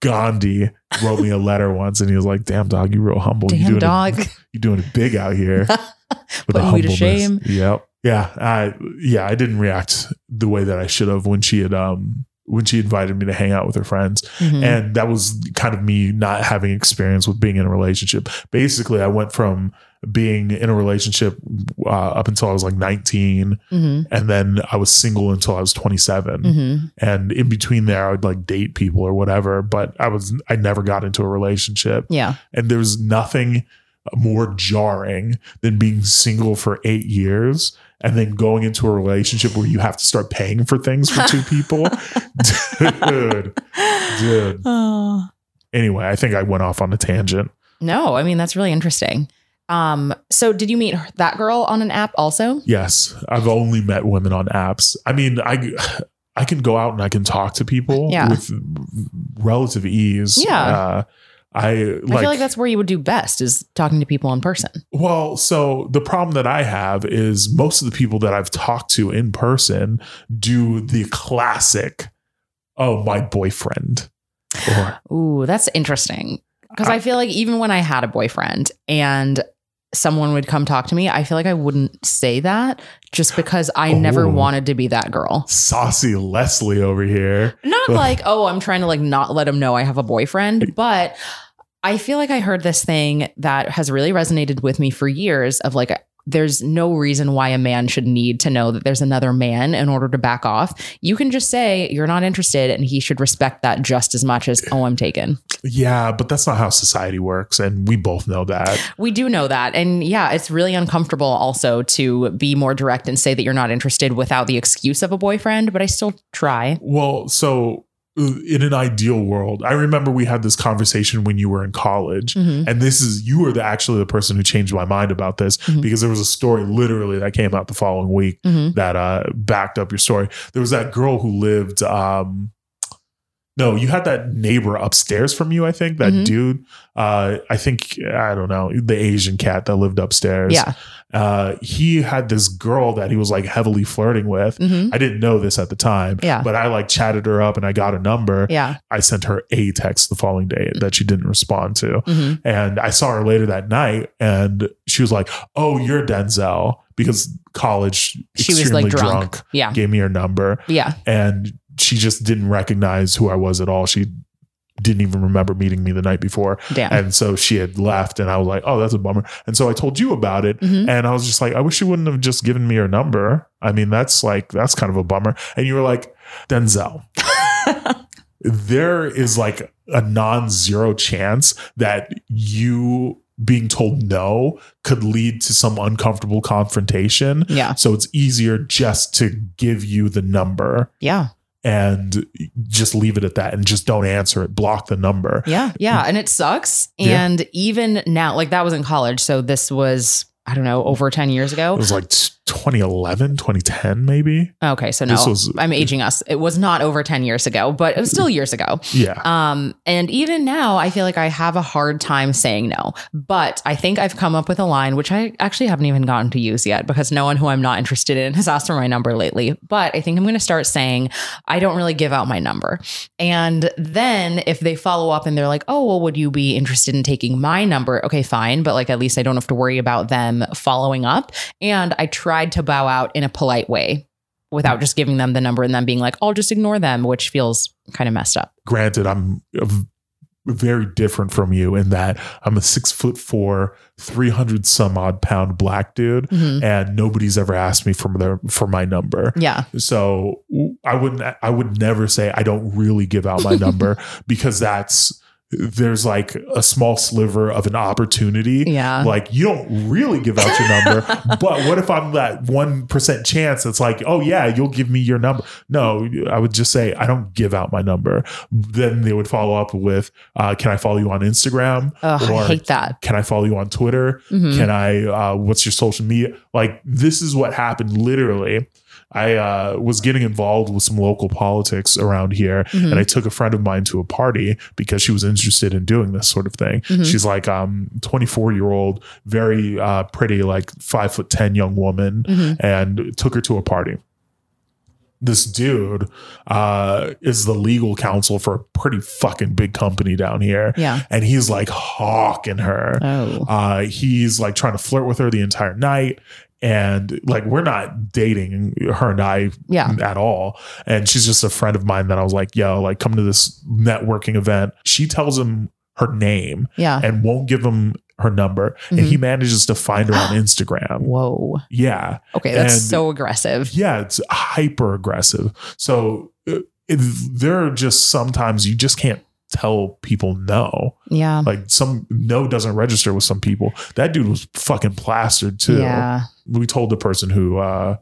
B: Gandhi wrote me a letter once, and he was like, "Damn dog, you real humble. you
A: Damn
B: doing
A: dog.
B: It, you doing it big out here." with
A: Putting me to
B: humbleness.
A: shame.
B: Yep. Yeah. I yeah, I didn't react the way that I should have when she had um when she invited me to hang out with her friends
A: Mhm.
B: and that was kind of me not having experience with being in a relationship basically i went from being in a relationship uh, up until i was like 19
A: Mhm.
B: and then i was single until i was 27
A: Mhm.
B: and in between there i would like date people or whatever but i was i never got into a relationship
A: Yeah.
B: and there's nothing more jarring than being single for eight years and then going into a relationship where you have to start paying for things for two people dude dude
A: Oh.
B: anyway, I think I went off on a tangent.
A: No, I mean, that's really interesting. Um, so did you meet her- that girl on an app also?
B: Yes, I've only met women on apps. I mean, I I can go out and I can talk to people
A: Yeah.
B: with relative ease.
A: Yeah.
B: Uh, I
A: I feel like that's where you would do best is talking to people in person.
B: Well, so the problem that I have is most of the people that I've talked to in person do the classic oh, my boyfriend. Or
A: Ooh, that's interesting. Because I feel like even when I had a boyfriend and someone would come talk to me, I feel like I wouldn't say that just because I never
B: Oh.
A: wanted to be that girl.
B: saucy Leslie over here.
A: Not like, oh, I'm trying to like not let him know I have a boyfriend, but I feel like I heard this thing that has really resonated with me for years of like there's no reason why a man should need to know that there's another man in order to back off. You can just say you're not interested and he should respect that just as much as oh, I'm taken.
B: Yeah, but that's not how society works. And we both know that.
A: We do know that. And yeah, it's really uncomfortable also to be more direct and say that you're not interested without the excuse of a boyfriend, but I still try.
B: Well, so uh, in an ideal world, I remember we had this conversation when you were in college.
A: Mm-hmm.
B: And this is you were the, actually the person who changed my mind about this
A: Mhm.
B: because there was a story literally that came out the following week
A: Mm-hmm.
B: that uh, backed up your story. There was that girl who lived. Um, no, you had that neighbor upstairs from you. I think that
A: Mhm.
B: dude. Uh, I think I don't know the Asian cat that lived upstairs.
A: Yeah.
B: uh, he had this girl that he was like heavily flirting with.
A: hmm
B: I didn't know this at the time.
A: Yeah.
B: But I like chatted her up and I got a number.
A: Yeah.
B: I sent her a text the following day that she didn't respond to.
A: hmm
B: And I saw her later that night, and she was like, "Oh, you're Denzel," because college
A: She was like drunk. Yeah.
B: Gave me her number,
A: Yeah.
B: and she just didn't recognize who I was at all. She didn't even remember meeting me the night before,
A: Damn.
B: and so she had left. And I was like, "Oh, that's a bummer." And so I told you about it,
A: Mhm.
B: and I was just like, "I wish you wouldn't have just given me her number." I mean, that's like that's kind of a bummer. And you were like, "Denzel."
A: Mm-hmm.
B: there is like a non-zero chance that you being told no could lead to some uncomfortable confrontation
A: Yeah.
B: so it's easier just to give you the number
A: Yeah.
B: and just leave it at that and just don't answer it block the number
A: Yeah. Yeah. And it sucks.
B: Yeah.
A: And even now, like that was in college. So this was, I don't know, over 10 years
B: it
A: ago.
B: was like t- 2011 2010 maybe
A: Okay. So no,
B: this was
A: I'm aging us. It was not over 10 years ago, but it was still years ago.
B: yeah
A: Um, and even now, I feel like I have a hard time saying no. But I think I've come up with a line which I actually haven't even gotten to use yet because no one who I'm not interested in has asked for my number lately. But I think I'm going to start saying I don't really give out my number. And then if they follow up and they're like, "Oh, well, would you be interested in taking my number?" Okay, fine, but like at least I don't have to worry about them following up. And I tried to bow out in a polite way. Without just giving them the number and then being like, I'll just ignore them, which feels kind of messed up.
B: granted i'm v- very different from you in that i'm a six foot four 300 some odd pound black dude
A: Mhm.
B: and nobody's ever asked me for their for my number
A: Yeah.
B: so i wouldn't i would never say i don't really give out my number because that's there's like a small sliver of an opportunity
A: Yeah.
B: like you don't really give out your number but what if i'm that 1% chance that's like oh yeah you'll give me your number no i would just say i don't give out my number then they would follow up with uh, can i follow you on instagram
A: Ugh,
B: or-
A: I hate that.
B: can i follow you on twitter
A: Mhm.
B: can i uh, what's your social media like this is what happened literally i uh, was getting involved with some local politics around here
A: Mhm.
B: and i took a friend of mine to a party because she was interested in doing this sort of thing
A: Mhm.
B: she's like um 24 year old very uh, pretty like five foot ten young woman
A: Mhm.
B: and took her to a party this dude uh, is the legal counsel for a pretty fucking big company down here
A: Yeah.
B: and he's like hawking her
A: Oh.
B: uh, he's like trying to flirt with her the entire night. And like, we're not dating her and I
A: Yeah.
B: at all. And she's just a friend of mine that I was like, yo, like, come to this networking event. She tells him her name
A: Yeah.
B: and won't give him her number. And he manages to find her on Instagram.
A: Whoa.
B: Yeah.
A: Okay. That's
B: And-
A: so aggressive.
B: Yeah. It's hyper aggressive. So uh, it, there are just sometimes you just can't tell people no
A: Yeah.
B: like some no doesn't register with some people that dude was fucking plastered too
A: Yeah.
B: we told the person who uh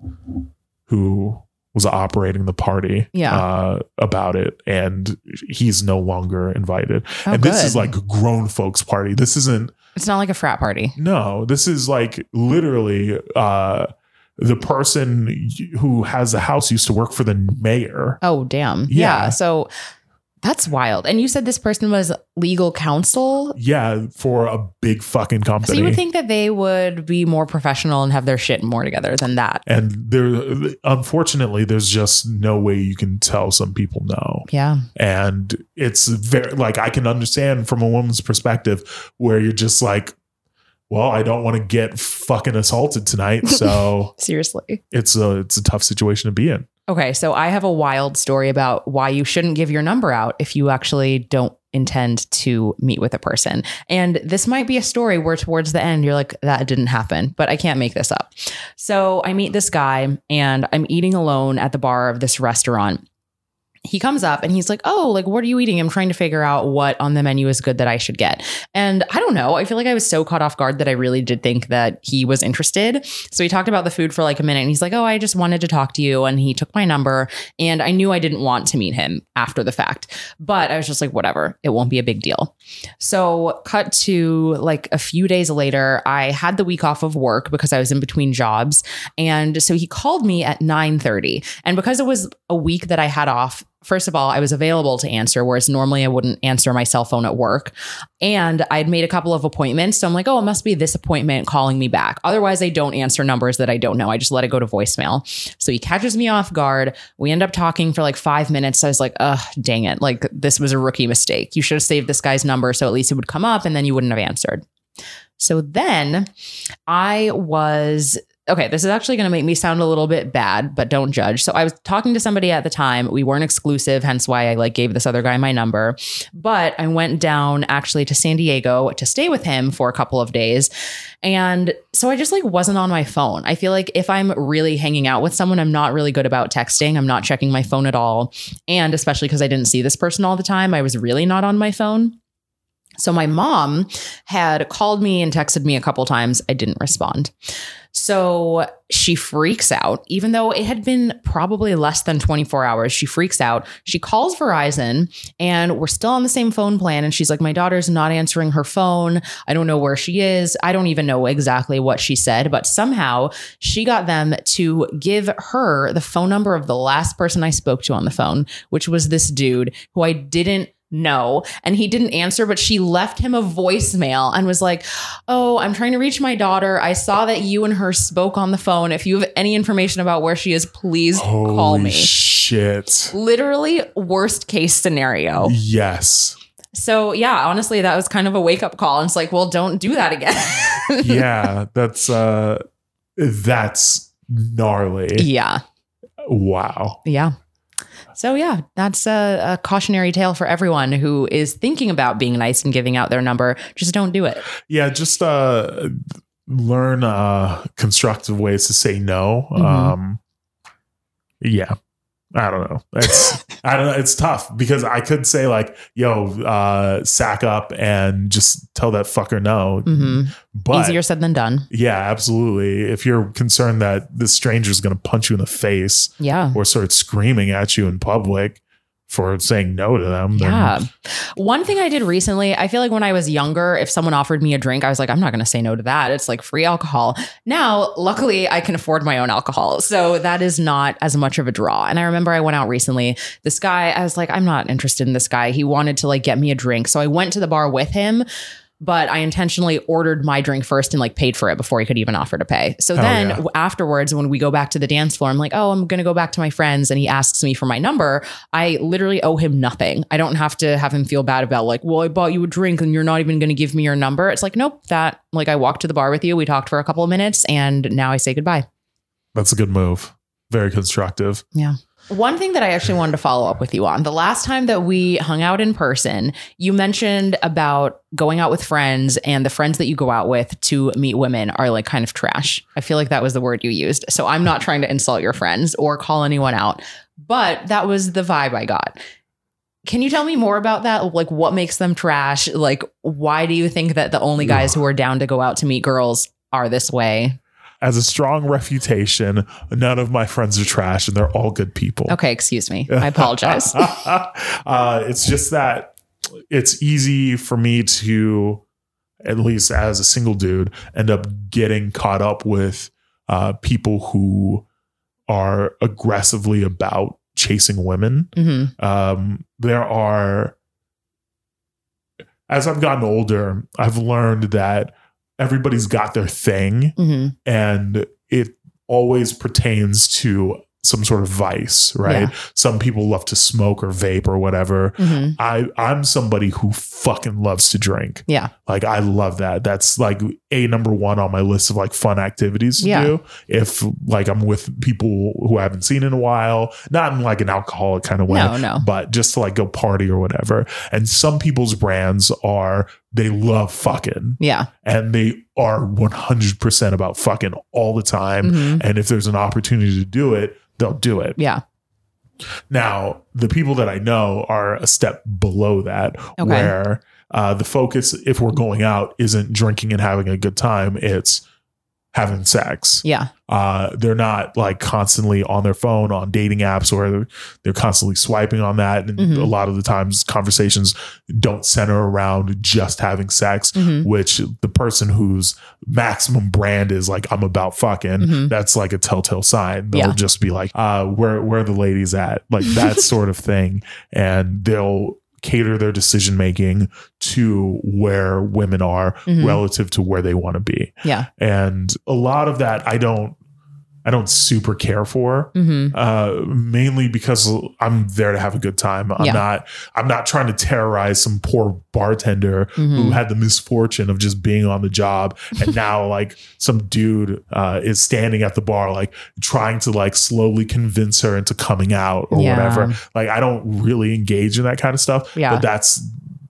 B: who was operating the party
A: Yeah.
B: uh about it and he's no longer invited
A: Oh,
B: and
A: good.
B: this is like a grown folks party this isn't
A: it's not like a frat party.
B: no this is like literally uh the person who has the house used to work for the mayor
A: Oh, damn.
B: Yeah.
A: Yeah. So That's wild. And you said this person was legal counsel.
B: Yeah, for a big fucking company.
A: So you would think that they would be more professional and have their shit more together than that.
B: and there, unfortunately, there's just no way you can tell some people no.
A: Yeah.
B: And it's very like I can understand from a woman's perspective where you're just like, well, I don't want to get fucking assaulted tonight, so
A: Seriously.
B: it's a it's a tough situation to be in.
A: Okay. So I have a wild story about why you shouldn't give your number out if you actually don't intend to meet with a person. And this might be a story where towards the end you're like, that didn't happen, but I can't make this up. So I meet this guy and I'm eating alone at the bar of this restaurant. He comes up and he's like, Oh, like, what are you eating? I'm trying to figure out what on the menu is good that I should get. And I don't know. I feel like I was so caught off guard that I really did think that he was interested. So he talked about the food for like a minute and he's like, Oh, I just wanted to talk to you. And he took my number. And I knew I didn't want to meet him after the fact, but I was just like, Whatever, it won't be a big deal. So, cut to like a few days later, I had the week off of work because I was in between jobs. And so he called me at 9 30. And because it was a week that I had off, First of all, I was available to answer, whereas normally I wouldn't answer my cell phone at work. And I'd made a couple of appointments. So I'm like, oh, it must be this appointment calling me back. Otherwise, I don't answer numbers that I don't know. I just let it go to voicemail. So he catches me off guard. We end up talking for like five minutes. I was like, oh, dang it. Like, this was a rookie mistake. You should have saved this guy's number so at least it would come up and then you wouldn't have answered. So then I was. Okay, this is actually going to make me sound a little bit bad, but don't judge. So I was talking to somebody at the time. We weren't exclusive, hence why I like gave this other guy my number. But I went down actually to San Diego to stay with him for a couple of days. And so I just like wasn't on my phone. I feel like if I'm really hanging out with someone, I'm not really good about texting. I'm not checking my phone at all. And especially because I didn't see this person all the time, I was really not on my phone. So my mom had called me and texted me a couple times. I didn't respond. So she freaks out, even though it had been probably less than 24 hours. She freaks out. She calls Verizon and we're still on the same phone plan. And she's like, My daughter's not answering her phone. I don't know where she is. I don't even know exactly what she said, but somehow she got them to give her the phone number of the last person I spoke to on the phone, which was this dude who I didn't no. And he didn't answer, but she left him a voicemail and was like, Oh, I'm trying to reach my daughter. I saw that you and her spoke on the phone. If you have any information about where she is, please
B: Holy
A: call me.
B: shit!
A: Literally, worst case scenario.
B: Yes,
A: So, yeah, honestly, that was kind of a wake up call. And it's like, Well, don't do that again.
B: yeah, that's uh, that's gnarly.
A: yeah.
B: Wow.
A: Yeah. So yeah, that's a, a cautionary tale for everyone who is thinking about being nice and giving out their number. Just don't do it.
B: yeah just uh learn uh constructive ways to say no
A: Mhm.
B: um yeah i don't know it's i don't know it's tough because i could say like yo uh sack up and just tell that fucker no
A: hmm
B: but
A: Easier said than done.
B: yeah absolutely if you're concerned that this stranger's gonna punch you in the face
A: Yeah.
B: or start screaming at you in public for saying no to them then
A: Yeah. One thing I did recently, I feel like when I was younger, if someone offered me a drink, I was like, I'm not going to say no to that. It's like free alcohol. Now, luckily, I can afford my own alcohol. So that is not as much of a draw. And I remember I went out recently. This guy, I was like, I'm not interested in this guy. He wanted to like get me a drink. So I went to the bar with him. But I intentionally ordered my drink first and like paid for it before he could even offer to pay. So
B: Hell
A: then
B: yeah.
A: afterwards, when we go back to the dance floor, I'm like, oh, I'm going to go back to my friends. And he asks me for my number. I literally owe him nothing. I don't have to have him feel bad about like, well, I bought you a drink and you're not even going to give me your number. It's like, nope, that like I walked to the bar with you, we talked for a couple of minutes, and now I say goodbye.
B: that's a good move very constructive
A: One thing that I actually wanted to follow up with you on the last time that we hung out in person, you mentioned about going out with friends and the friends that you go out with to meet women are like kind of trash. I feel like that was the word you used. So I'm not trying to insult your friends or call anyone out, but that was the vibe I got. Can you tell me more about that? Like, what makes them trash? Like, why do you think that the only guys who are down to go out to meet girls are this way?
B: as a strong refutation, none of my friends are trash and they're all good people.
A: Okay, excuse me. I apologize.
B: uh, it's just that it's easy for me to, at least as a single dude, end up getting caught up with uh, people who are aggressively about chasing women.
A: hmm
B: Um, there are as I've gotten older, I've learned that everybody's got their thing
A: hmm
B: and it always pertains to some sort of vice, right? Some people love to smoke or vape or whatever.
A: hmm
B: I I'm somebody who fucking loves to drink.
A: Yeah.
B: Like I love that. That's like a number 1 on my list of like fun activities to
A: Yeah.
B: do if like I'm with people who I haven't seen in a while, not in like an alcoholic kind of way
A: No, no.
B: but just to like go party or whatever. And some people's brands are they love fucking
A: Yeah.
B: and they are 100% about fucking all the time.
A: hmm
B: And if there's an opportunity to do it, they'll do it.
A: Yeah.
B: Now, the people that I know are a step below that,
A: Okay.
B: where uh, the focus, if we're going out, isn't drinking and having a good time, it's having sex
A: Yeah.
B: uh, they're not like constantly on their phone on dating apps or they're, they're constantly swiping on that and
A: Mhm.
B: a lot of the times conversations don't center around just having sex
A: hmm
B: which the person whose maximum brand is like i'm about fucking
A: Mhm.
B: that's like a telltale sign they'll
A: Yeah.
B: just be like uh where where are the ladies at like that sort of thing and they'll cater their decision making to where women are
A: Mhm.
B: relative to where they want to be
A: Yeah.
B: and a lot of that i don't i don't super care for
A: hmm
B: uh mainly because i'm there to have a good time i'm
A: Yeah.
B: not i'm not trying to terrorize some poor bartender
A: Mm-hmm.
B: who had the misfortune of just being on the job and now like some dude uh is standing at the bar like trying to like slowly convince her into coming out or
A: Yeah.
B: whatever like i don't really engage in that kind of stuff
A: Yeah.
B: but that's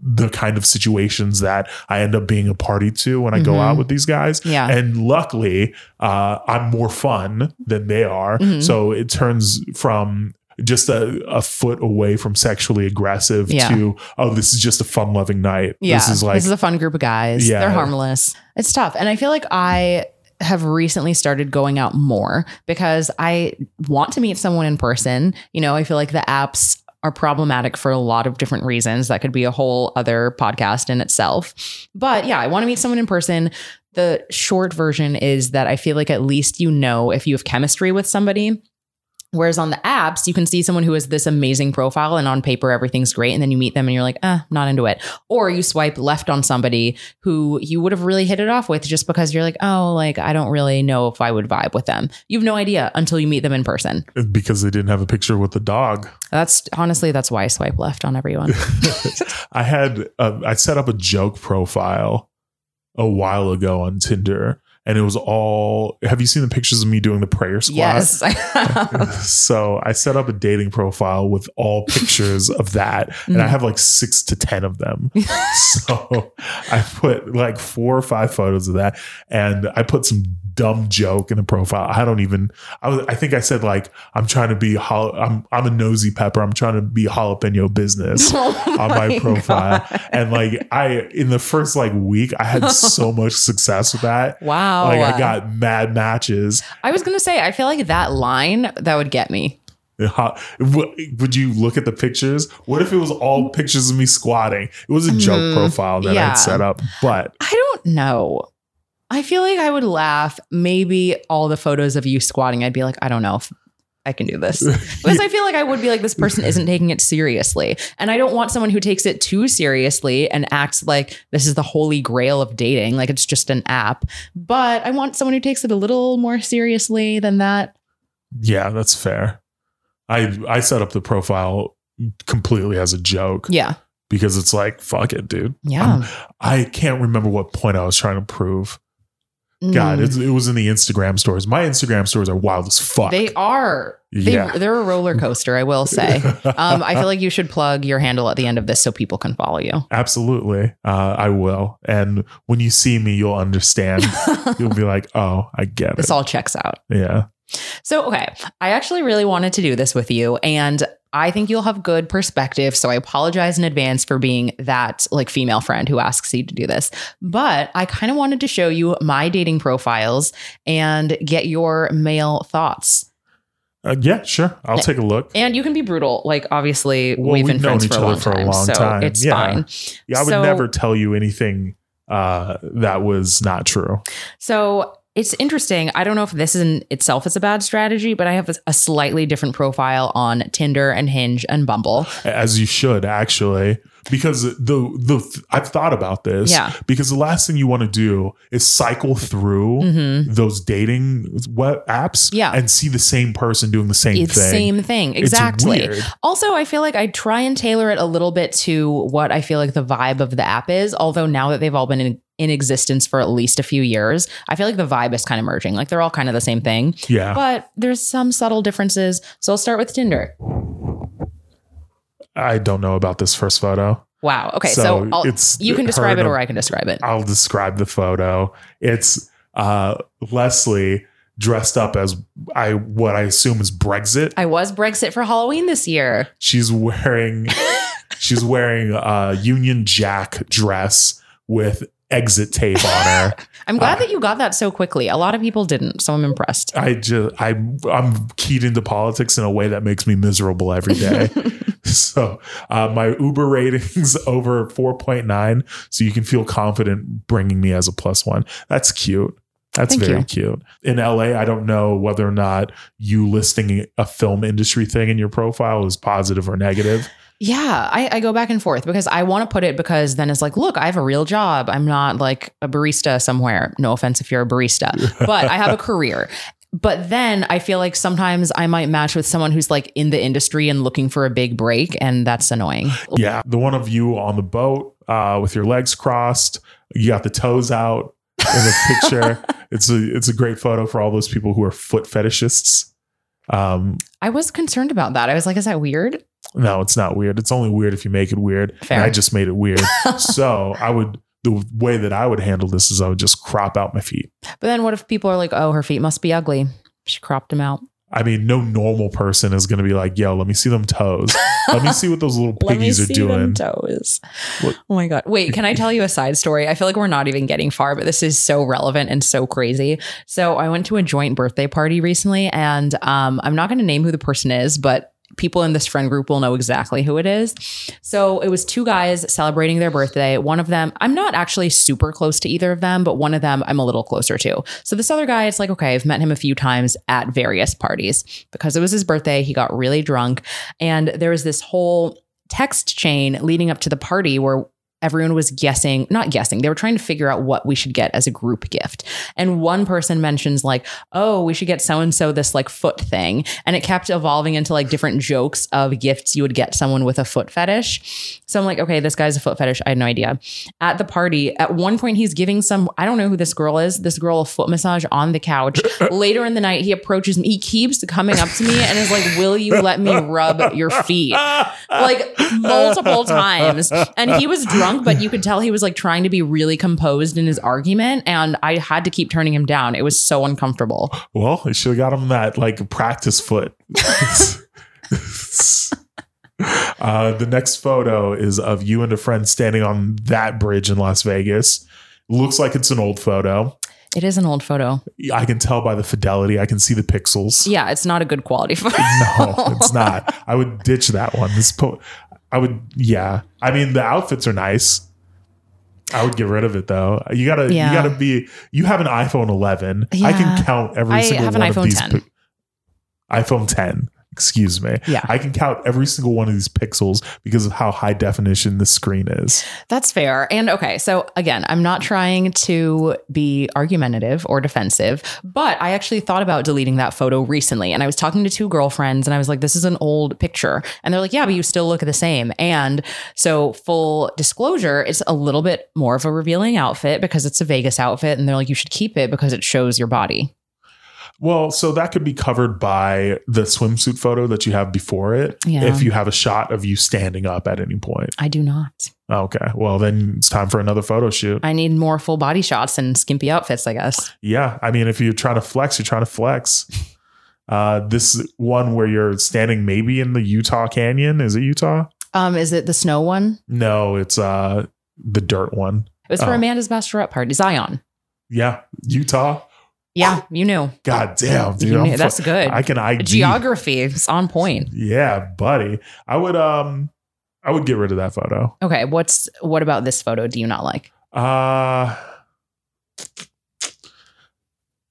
B: the kind of situations that I end up being a party to when I go
A: Mhm.
B: out with these guys.
A: Yeah.
B: And luckily, uh, I'm more fun than they are.
A: Mhm.
B: So it turns from just a, a foot away from sexually aggressive
A: Yeah.
B: to, oh, this is just a fun loving night.
A: Yeah.
B: This is like,
A: a fun group of guys.
B: Yeah.
A: They're harmless. It's tough. And I feel like I have recently started going out more because I want to meet someone in person. You know, I feel like the apps are problematic for a lot of different reasons. That could be a whole other podcast in itself. But yeah, I want to meet someone in person. The short version is that I feel like at least you know if you have chemistry with somebody. Whereas on the apps, you can see someone who has this amazing profile and on paper everything's great. And then you meet them and you're like, eh, not into it. Or you swipe left on somebody who you would have really hit it off with just because you're like, oh, like I don't really know if I would vibe with them. You have no idea until you meet them in person.
B: because they didn't have a picture with the dog.
A: That's honestly, that's why I swipe left on everyone.
B: I had um, I set up a joke profile a while ago on Tinder, and it was all. Have you seen the pictures of me doing the prayer squat?
A: yes.
B: so I set up a dating profile with all pictures of that, and I
A: Mhm.
B: have like six to ten of them. so I put like four or five photos of that, and I put some dumb joke in the profile. I don't even. I was. I think I said like I'm trying to be. Jal- I'm. I'm a nosy pepper. I'm trying to be jalapeno business
A: Oh
B: on my profile.
A: God.
B: and like I in the first like week, I had so much success with that.
A: Wow.
B: Like I got mad matches.
A: I was going to say, I feel like that line that would get me.
B: How- w- Would you look at the pictures? What if it was all pictures of me squatting? It was a joke
A: Hmm,
B: profile that
A: yeah.
B: I'd set up, but
A: I don't know. I feel like I would laugh. Maybe all the photos of you squatting, I'd be like, I don't know if I can do this. Because I feel like I would be like, this person isn't taking it seriously. And I don't want someone who takes it too seriously and acts like this is the holy grail of dating, like it's just an app. But I want someone who takes it a little more seriously than that.
B: yeah, that's fair. I I set up the profile completely as a joke
A: Yeah.
B: because it's like fuck it, dude.
A: Yeah.
B: Um, I can't remember what point I was trying to prove. Um, God,
A: Mm.
B: it's it was in the Instagram stories. My Instagram stories are wild as fuck.
A: They are. They,
B: Yeah.
A: They're a roller coaster, I will say. Um, I feel like you should plug your handle at the end of this so people can follow you.
B: Absolutely. Uh, I will. And when you see me, you'll understand. you'll be like, oh, I get it.
A: this all checks out.
B: yeah.
A: So, okay, I actually really wanted to do this with you and I think you'll have good perspective. So, I apologize in advance for being that like female friend who asks you to do this. But I kind of wanted to show you my dating profiles and get your male thoughts.
B: Uh, yeah, sure. I'll take a look.
A: And you can be brutal. Like, obviously,
B: Well,
A: we've
B: we've
A: been friends
B: known
A: for
B: each
A: a,
B: other
A: long
B: for a
A: time,
B: long
A: So,
B: time.
A: it's
B: Yeah.
A: fine.
B: Yeah, I would
A: so-
B: never tell you anything uh, that was not true.
A: So it's interesting. I don't know if this in itself is a bad strategy, but I have a- a slightly different profile on Tinder and Hinge and Bumble.
B: as you should actually because the the I've thought about this
A: Yeah.
B: because the last thing you want to do is cycle through
A: Mm-hmm.
B: those dating web apps
A: Yeah.
B: and see the same person doing the same
A: It's
B: thing.
A: same thing.
B: It's
A: Exactly.
B: weird.
A: Also, I feel like I try and tailor it a little bit to what I feel like the vibe of the app is. Although now that they've all been in, in existence for at least a few years, I feel like the vibe is kind of merging. Like they're all kind of the same thing,
B: Yeah.
A: but there's some subtle differences. So I'll start with Tinder.
B: I don't know about this first photo.
A: Wow. Okay. So,
B: So
A: I'll,
B: it's
A: you can
B: her
A: describe it
B: and a-
A: or I can describe it.
B: I'll describe the photo. It's uh Leslie dressed up as I what I assume is Brexit.
A: I was Brexit for Halloween this year.
B: She's wearing she's wearing a Union Jack dress with exit tape on her.
A: I'm glad
B: Ah.
A: that you got that so quickly. A lot of people didn't, so I'm impressed.
B: I just I I'm keyed into politics in a way that makes me miserable every day. so uh, my Uber ratings over 4.9, so you can feel confident bringing me as a plus one. That's cute. That's
A: Thank
B: very
A: you.
B: cute. In LA, I don't know whether or not you listing a film industry thing in your profile is positive or negative.
A: Yeah, I, I go back and forth because I want to put it because then it's like, look, I have a real job. I'm not like a barista somewhere. No offense if you're a barista, but I have a career. But then I feel like sometimes I might match with someone who's like in the industry and looking for a big break, and that's annoying.
B: Yeah, the one of you on the boat uh, with your legs crossed, you got the toes out in the picture. It's a it's a great photo for all those people who are foot fetishists. Um,
A: I was concerned about that. I was like, is that weird?
B: no, it's not weird. It's only weird if you make it weird.
A: Fair.
B: And I just made it weird. so I would the way that I would handle this is I would just crop out my feet.
A: But then what if people are like, oh, her feet must be ugly? She cropped them out.
B: I mean, no normal person is going to be like, "Yo, let me see them toes. Let me see what those little piggies are doing."
A: toes.
B: What-
A: Oh my god! Wait, can I tell you a side story? I feel like we're not even getting far, but this is so relevant and so crazy. So I went to a joint birthday party recently, and um, I'm not going to name who the person is, but people in this friend group will know exactly who it is. So it was two guys celebrating their birthday. One of them, I'm not actually super close to either of them, but one of them I'm a little closer to. So this other guy, it's like, okay, I've met him a few times at various parties. Because it was his birthday, he got really drunk. And there was this whole text chain leading up to the party where everyone was guessing, not guessing, they were trying to figure out what we should get as a group gift. And one person mentions, like, oh, we should get so and so this like foot thing. And it kept evolving into like different jokes of gifts you would get someone with a foot fetish. So I'm like, okay, this guy's a foot fetish. I had no idea. At the party, at one point, he's giving some, I don't know who this girl is, this girl a foot massage on the couch. Later in the night, he approaches me. He keeps coming up to me and is like, will you let me rub your feet? like multiple times. And he was drunk, but you could tell he was like trying to be really composed in his argument. And I had to keep turning him down. It was so uncomfortable.
B: Well, you should have got him that like practice foot. uh, the next photo is of you and a friend standing on that bridge in Las Vegas. Looks like it's an old photo.
A: It is an old photo.
B: I can tell by the fidelity. I can see the pixels.
A: Yeah, it's not a good quality photo.
B: No, it's not. I would ditch that one. This po- I would, yeah. I mean, the outfits are nice. I would get rid of it though. You gotta,
A: Yeah.
B: you gotta be. You have an iPhone 11. I
A: Yeah.
B: can count every
A: I
B: single
A: have an
B: one of
A: iPhone
B: these.
A: 10.
B: pi- iPhone 10. Excuse me.
A: Yeah.
B: I can count every single one of these pixels because of how high definition the screen is.
A: That's fair. And okay, so again, I'm not trying to be argumentative or defensive, but I actually thought about deleting that photo recently. And I was talking to two girlfriends and I was like, this is an old picture. And they're like, yeah, but you still look the same. And so, full disclosure, it's a little bit more of a revealing outfit because it's a Vegas outfit. And they're like, you should keep it because it shows your body.
B: Well, so that could be covered by the swimsuit photo that you have before it.
A: Yeah.
B: If you have a shot of you standing up at any point.
A: I do not.
B: Okay. Well, then it's time for another photo shoot.
A: I need more full body shots and skimpy outfits, I guess.
B: Yeah, I mean, if you're trying to flex, you're trying to flex. Uh, this one where you're standing maybe in the Utah Canyon. Is it Utah?
A: Um, is it the snow one?
B: No, it's uh the dirt one.
A: It was for
B: Oh.
A: Amanda's bachelorette party, Zion.
B: Yeah, Utah.
A: Yeah, you knew.
B: God damn, dude.
A: You
B: I'm
A: knew-
B: fu-
A: that's good.
B: I can ID.
A: Geography is on point.
B: Yeah, buddy. I would um I would get rid of that photo.
A: Okay, what's what about this photo do you not like?
B: Uh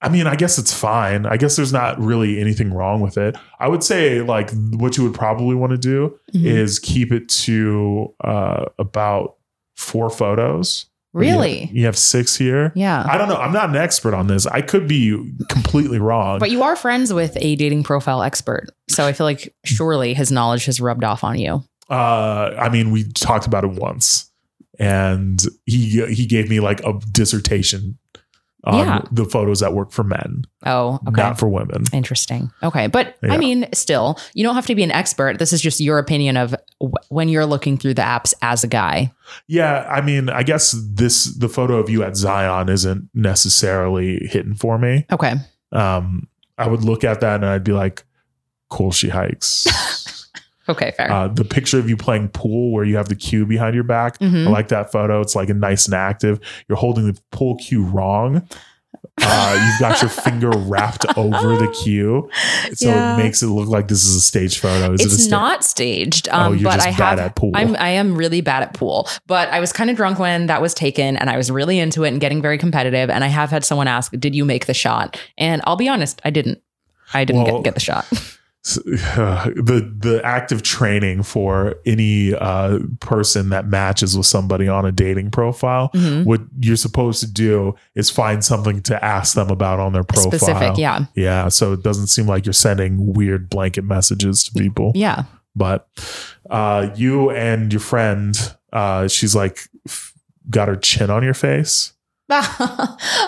B: I mean, I guess it's fine. I guess there's not really anything wrong with it. I would say like what you would probably want to do
A: Mhm.
B: is keep it to uh, about four photos. You have,
A: Really?
B: you have six here.
A: Yeah.
B: I don't know. I'm not an expert on this. I could be completely wrong.
A: But you are friends with a dating profile expert. So I feel like surely his knowledge has rubbed off on you.
B: uh, I mean, we talked about it once, and he he gave me like a dissertation on
A: Yeah.
B: the photos that work for men,
A: Oh, okay.
B: not for women.
A: Interesting. Okay. But
B: Yeah.
A: I mean, still, you don't have to be an expert. This is just your opinion of w- when you're looking through the apps as a guy.
B: Yeah, I mean, I guess this the photo of you at Zion isn't necessarily hitting for me.
A: Okay.
B: Um, I would look at that and I'd be like, "Cool, she hikes."
A: Okay. Fair.
B: uh, the picture of you playing pool where you have the cue behind your back.
A: Mhm.
B: I like that photo. It's like a nice and active. You're holding the pull cue wrong. Uh, you've got your finger wrapped over the cue, so
A: Yeah.
B: it makes it look like this is a stage photo. Is it a
A: it's
B: sta-
A: not staged.
B: Oh,
A: Um,
B: you're
A: but
B: just
A: I
B: bad
A: have.
B: at pool.
A: I'm I am really bad at pool, but I was kind of drunk when that was taken, and I was really into it and getting very competitive. And I have had someone ask, "Did you make the shot?" And I'll be honest, I didn't. I didn't
B: Well,
A: get, get the shot.
B: S- the the active training for any uh, person that matches with somebody on a dating profile.
A: Mhm.
B: What you're supposed to do is find something to ask them about on their profile.
A: Specific, yeah,
B: Yeah, so it doesn't seem like you're sending weird blanket messages to people.
A: yeah.
B: But uh, you and your friend, uh, she's like f- got her chin on your face.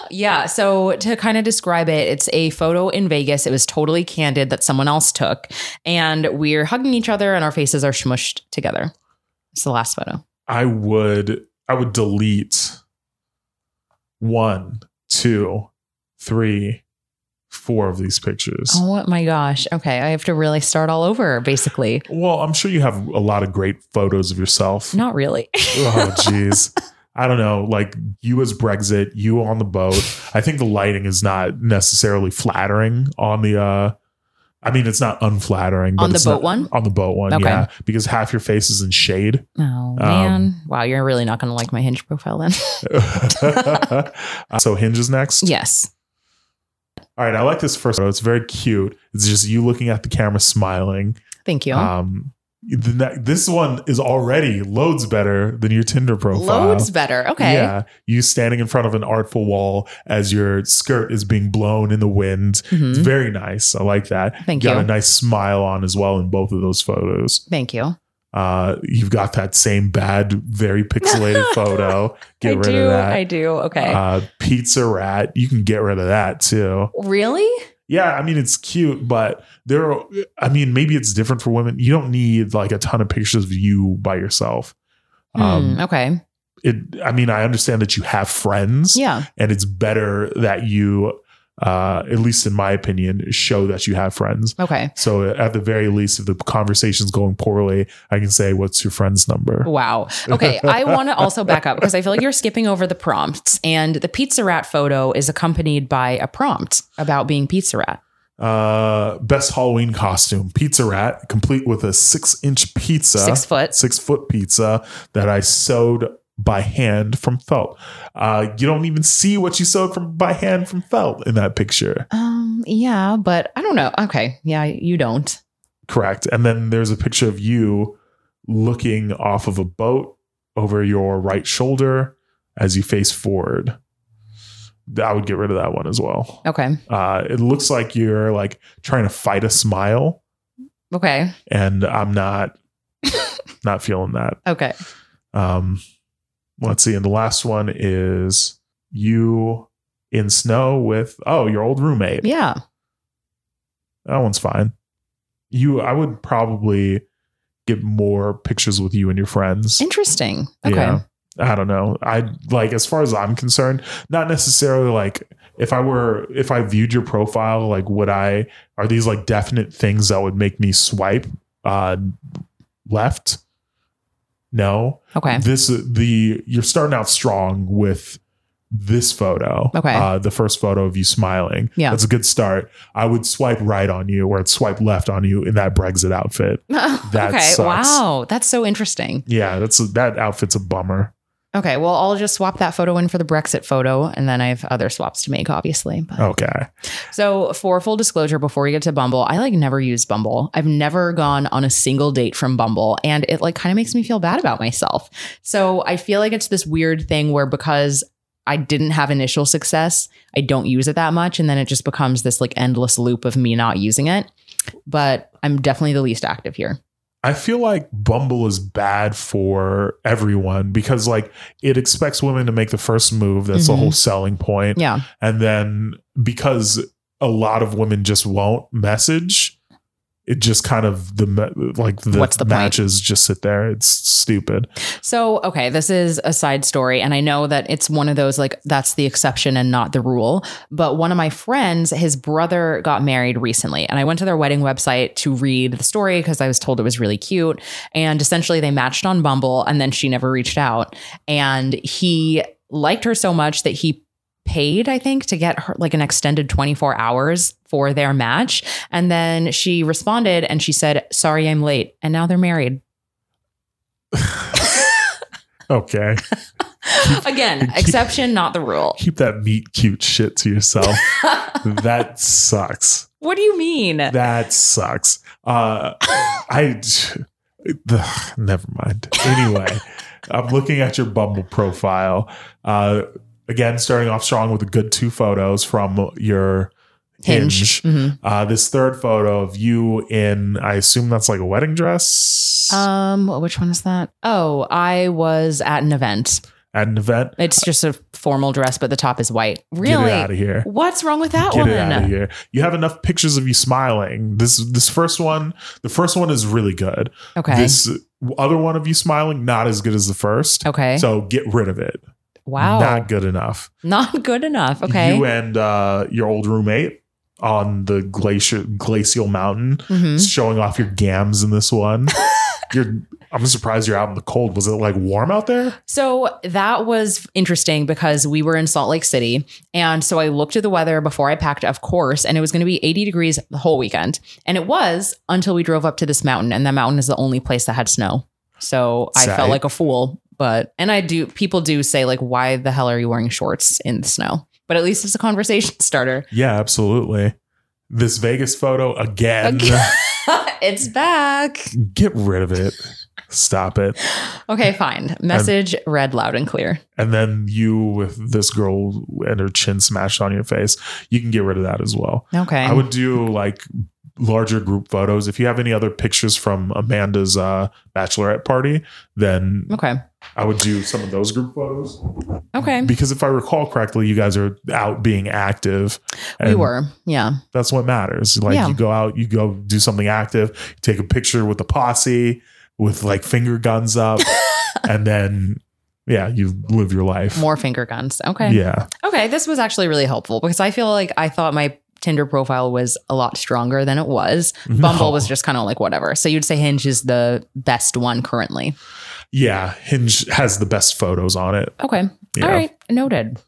A: yeah. So to kind of describe it, it's a photo in Vegas. It was totally candid that someone else took, and we're hugging each other, and our faces are smushed together. It's the last photo.
B: I would I would delete one, two, three, four of these pictures.
A: Oh my gosh. Okay, I have to really start all over, basically.
B: Well, I'm sure you have a lot of great photos of yourself.
A: Not really.
B: oh jeez i don't know like you as brexit you on the boat i think the lighting is not necessarily flattering on the uh i mean it's not unflattering but
A: On the
B: it's
A: boat
B: not-
A: one?
B: on the boat one
A: Okay.
B: yeah because half your face is in shade
A: Oh man. wow, you're really not going to like my hinge profile then.
B: Uh, so hinge is next
A: yes.
B: all right i like this first photo it's very cute it's just you looking at the camera smiling
A: Thank you.
B: um the ne- this one is already loads better than your tinder profile
A: Loads better. Okay.
B: Yeah. You standing in front of an artful wall as your skirt is being blown in the wind.
A: Mhm.
B: It's very nice. I like that.
A: Thank
B: got
A: you.
B: a nice smile on as well in both of those photos.
A: Thank you.
B: Uh, you've got that same bad, very pixelated photo. Get
A: I
B: rid
A: do.
B: of that.
A: I do. Okay.
B: Uh, pizza rat. You can get rid of that too.
A: really?
B: Yeah, I mean it's cute, but there. Are, I mean, maybe it's different for women. You don't need like a ton of pictures of you by yourself. Um,
A: Hmm, okay.
B: It. I mean, I understand that you have friends
A: Yeah.
B: and it's better that you uh at least in my opinion show that you have friends
A: Okay.
B: so at the very least if the conversation's going poorly i can say what's your friend's number
A: Wow. Okay. I want to also back up because I feel like you're skipping over the prompts. And the pizza rat photo is accompanied by a prompt about being pizza rat.
B: uh best halloween costume pizza rat complete with a six inch pizza
A: Six foot.
B: six foot pizza that i sewed by hand from felt uh you don't even see what you sewed from by hand from felt in that picture
A: Um, yeah, but I don't know. Okay. Yeah, you don't.
B: Correct. And then there's a picture of you looking off of a boat over your right shoulder as you face forward. I would get rid of that one as well.
A: Okay.
B: Uh, it looks like you're like trying to fight a smile,
A: Okay.
B: and I'm not not feeling that.
A: Okay.
B: Um, let's see. And the last one is you in snow with oh your old roommate.
A: Yeah.
B: That one's fine. You, I would probably get more pictures with you and your friends.
A: Interesting. Okay.
B: Yeah. I don't know. I like, as far as I'm concerned, not necessarily like if I were, if I viewed your profile, like, would I, are these like definite things that would make me swipe uh, left? No.
A: Okay.
B: This, the, you're starting out strong with this photo.
A: Okay.
B: Uh, the first photo of you smiling.
A: Yeah.
B: That's a good start. I would swipe right on you or I'd swipe left on you in that Brexit outfit.
A: okay.
B: sucks.
A: Wow. That's so interesting.
B: Yeah. That's, that outfit's a bummer.
A: Okay, well, I'll just swap that photo in for the Brexit photo, and then I have other swaps to make, obviously. But.
B: Okay.
A: So, for full disclosure, before we get to Bumble, I like never use Bumble. I've never gone on a single date from Bumble, and it like kind of makes me feel bad about myself. So, I feel like it's this weird thing where because I didn't have initial success, I don't use it that much, and then it just becomes this like endless loop of me not using it. But I'm definitely the least active here.
B: I feel like Bumble is bad for everyone because like it expects women to make the first move. That's the
A: Mhm.
B: whole selling point.
A: Yeah,
B: And then because a lot of women just won't message, it just kind of the me- like the,
A: What's the point?
B: matches just sit there. It's stupid.
A: So, okay, this is a side story. And I know that it's one of those like, that's the exception and not the rule. But one of my friends, his brother got married recently. And I went to their wedding website to read the story because I was told it was really cute. And essentially, they matched on Bumble and then she never reached out. And he liked her so much that he paid, I think, to get her like an extended 24 hours for their match. And then she responded and she said, Sorry, I'm late. And now they're married.
B: Okay.
A: Again, exception, not the rule.
B: Keep that meat cute shit to yourself. that sucks.
A: what do you mean?
B: That sucks. Uh I the, never mind. Anyway, I'm looking at your Bumble profile. Uh again starting off strong with a good two photos from your Hinge.
A: Mhm.
B: Uh, this third photo of you in, I assume that's like a wedding dress
A: Um, which one is that? Oh, I was at an event.
B: at an event.
A: It's just a formal dress, but the top is white. Really?
B: Get it out of here.
A: What's wrong with that
B: Get
A: one?
B: it out of here. You have enough pictures of you smiling. This this first one, the first one is really good.
A: Okay.
B: This other one of you smiling, not as good as the first.
A: okay.
B: So get rid of it.
A: wow.
B: Not
A: Not,
B: good enough.
A: good enough. Okay.
B: You and uh, your old roommate on the glacier glacial mountain
A: Mhm.
B: showing off your gams in this one. you're I'm surprised you're out in the cold. Was it like warm out there?
A: So that was interesting because we were in Salt Lake City. And so I looked at the weather before I packed, of course, and it was going to be 80 degrees the whole weekend. And it was until we drove up to this mountain. And that mountain is the only place that had snow. So I
B: Sigh.
A: felt like a fool. But, and I do, people do say, like, why the hell are you wearing shorts in the snow? But at least it's a conversation starter.
B: Yeah, absolutely. This Vegas photo again.
A: Again. it's back.
B: Get rid of it. Stop it.
A: Okay, fine. Message read loud and clear.
B: And then you with this girl and her chin smashed on your face. You can get rid of that as well.
A: Okay.
B: I would do like larger group photos. If you have any other pictures from Amanda's uh, bachelorette party, then
A: okay.
B: I would do some of those group photos.
A: Okay.
B: Because if I recall correctly, you guys are out being active.
A: we
B: and
A: were. Yeah.
B: that's what matters. Like
A: Yeah.
B: you go out, you go do something active, you take a picture with the posse with like finger guns up, and then yeah, you live your life.
A: More finger guns. Okay.
B: Yeah.
A: Okay, this was actually really helpful because I feel like I thought my Tinder profile was a lot stronger than it was. Bumble
B: No.
A: was just kind of like whatever. So you'd say Hinge is the best one currently.
B: Yeah. Hinge has the best photos on it.
A: Okay.
B: Yeah.
A: All right. Noted.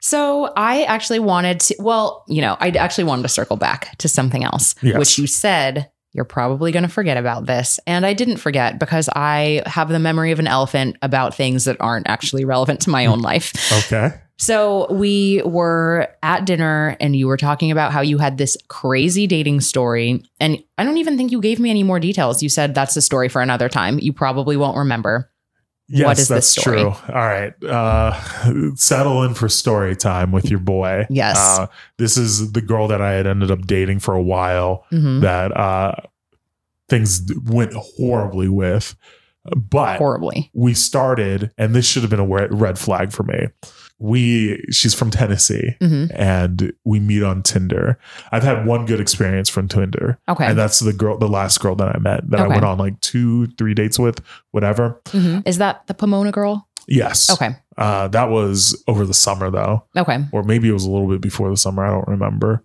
A: So I actually wanted to, well, you know, I actually wanted to circle back to something else,
B: Yes.
A: which you said you're probably going to forget about this. And I didn't forget because I have the memory of an elephant about things that aren't actually relevant to my own life.
B: Hmm. Okay.
A: So we were at dinner and you were talking about how you had this crazy dating story. And I don't even think you gave me any more details. You said that's a story for another time. You probably won't remember.
B: Yes,
A: What is this
B: that's
A: story?
B: true. All right. Uh settle in for story time with your boy.
A: Yes.
B: Uh, this is the girl that I had ended up dating for a while.
A: Mhm.
B: that uh, things went horribly with. But
A: Horribly.
B: we started, and this should have been a we- red flag for me. We, she's from Tennessee,
A: hmm
B: and we meet on Tinder. I've had one good experience from Tinder,
A: Okay.
B: and that's the girl, the last girl that I met that I
A: Okay.
B: went on like two, three dates with, whatever.
A: Mhm. Is that the Pomona girl?
B: Yes,
A: Okay.
B: uh, that was over the summer though
A: Okay.
B: or maybe it was a little bit before the summer. I don't remember.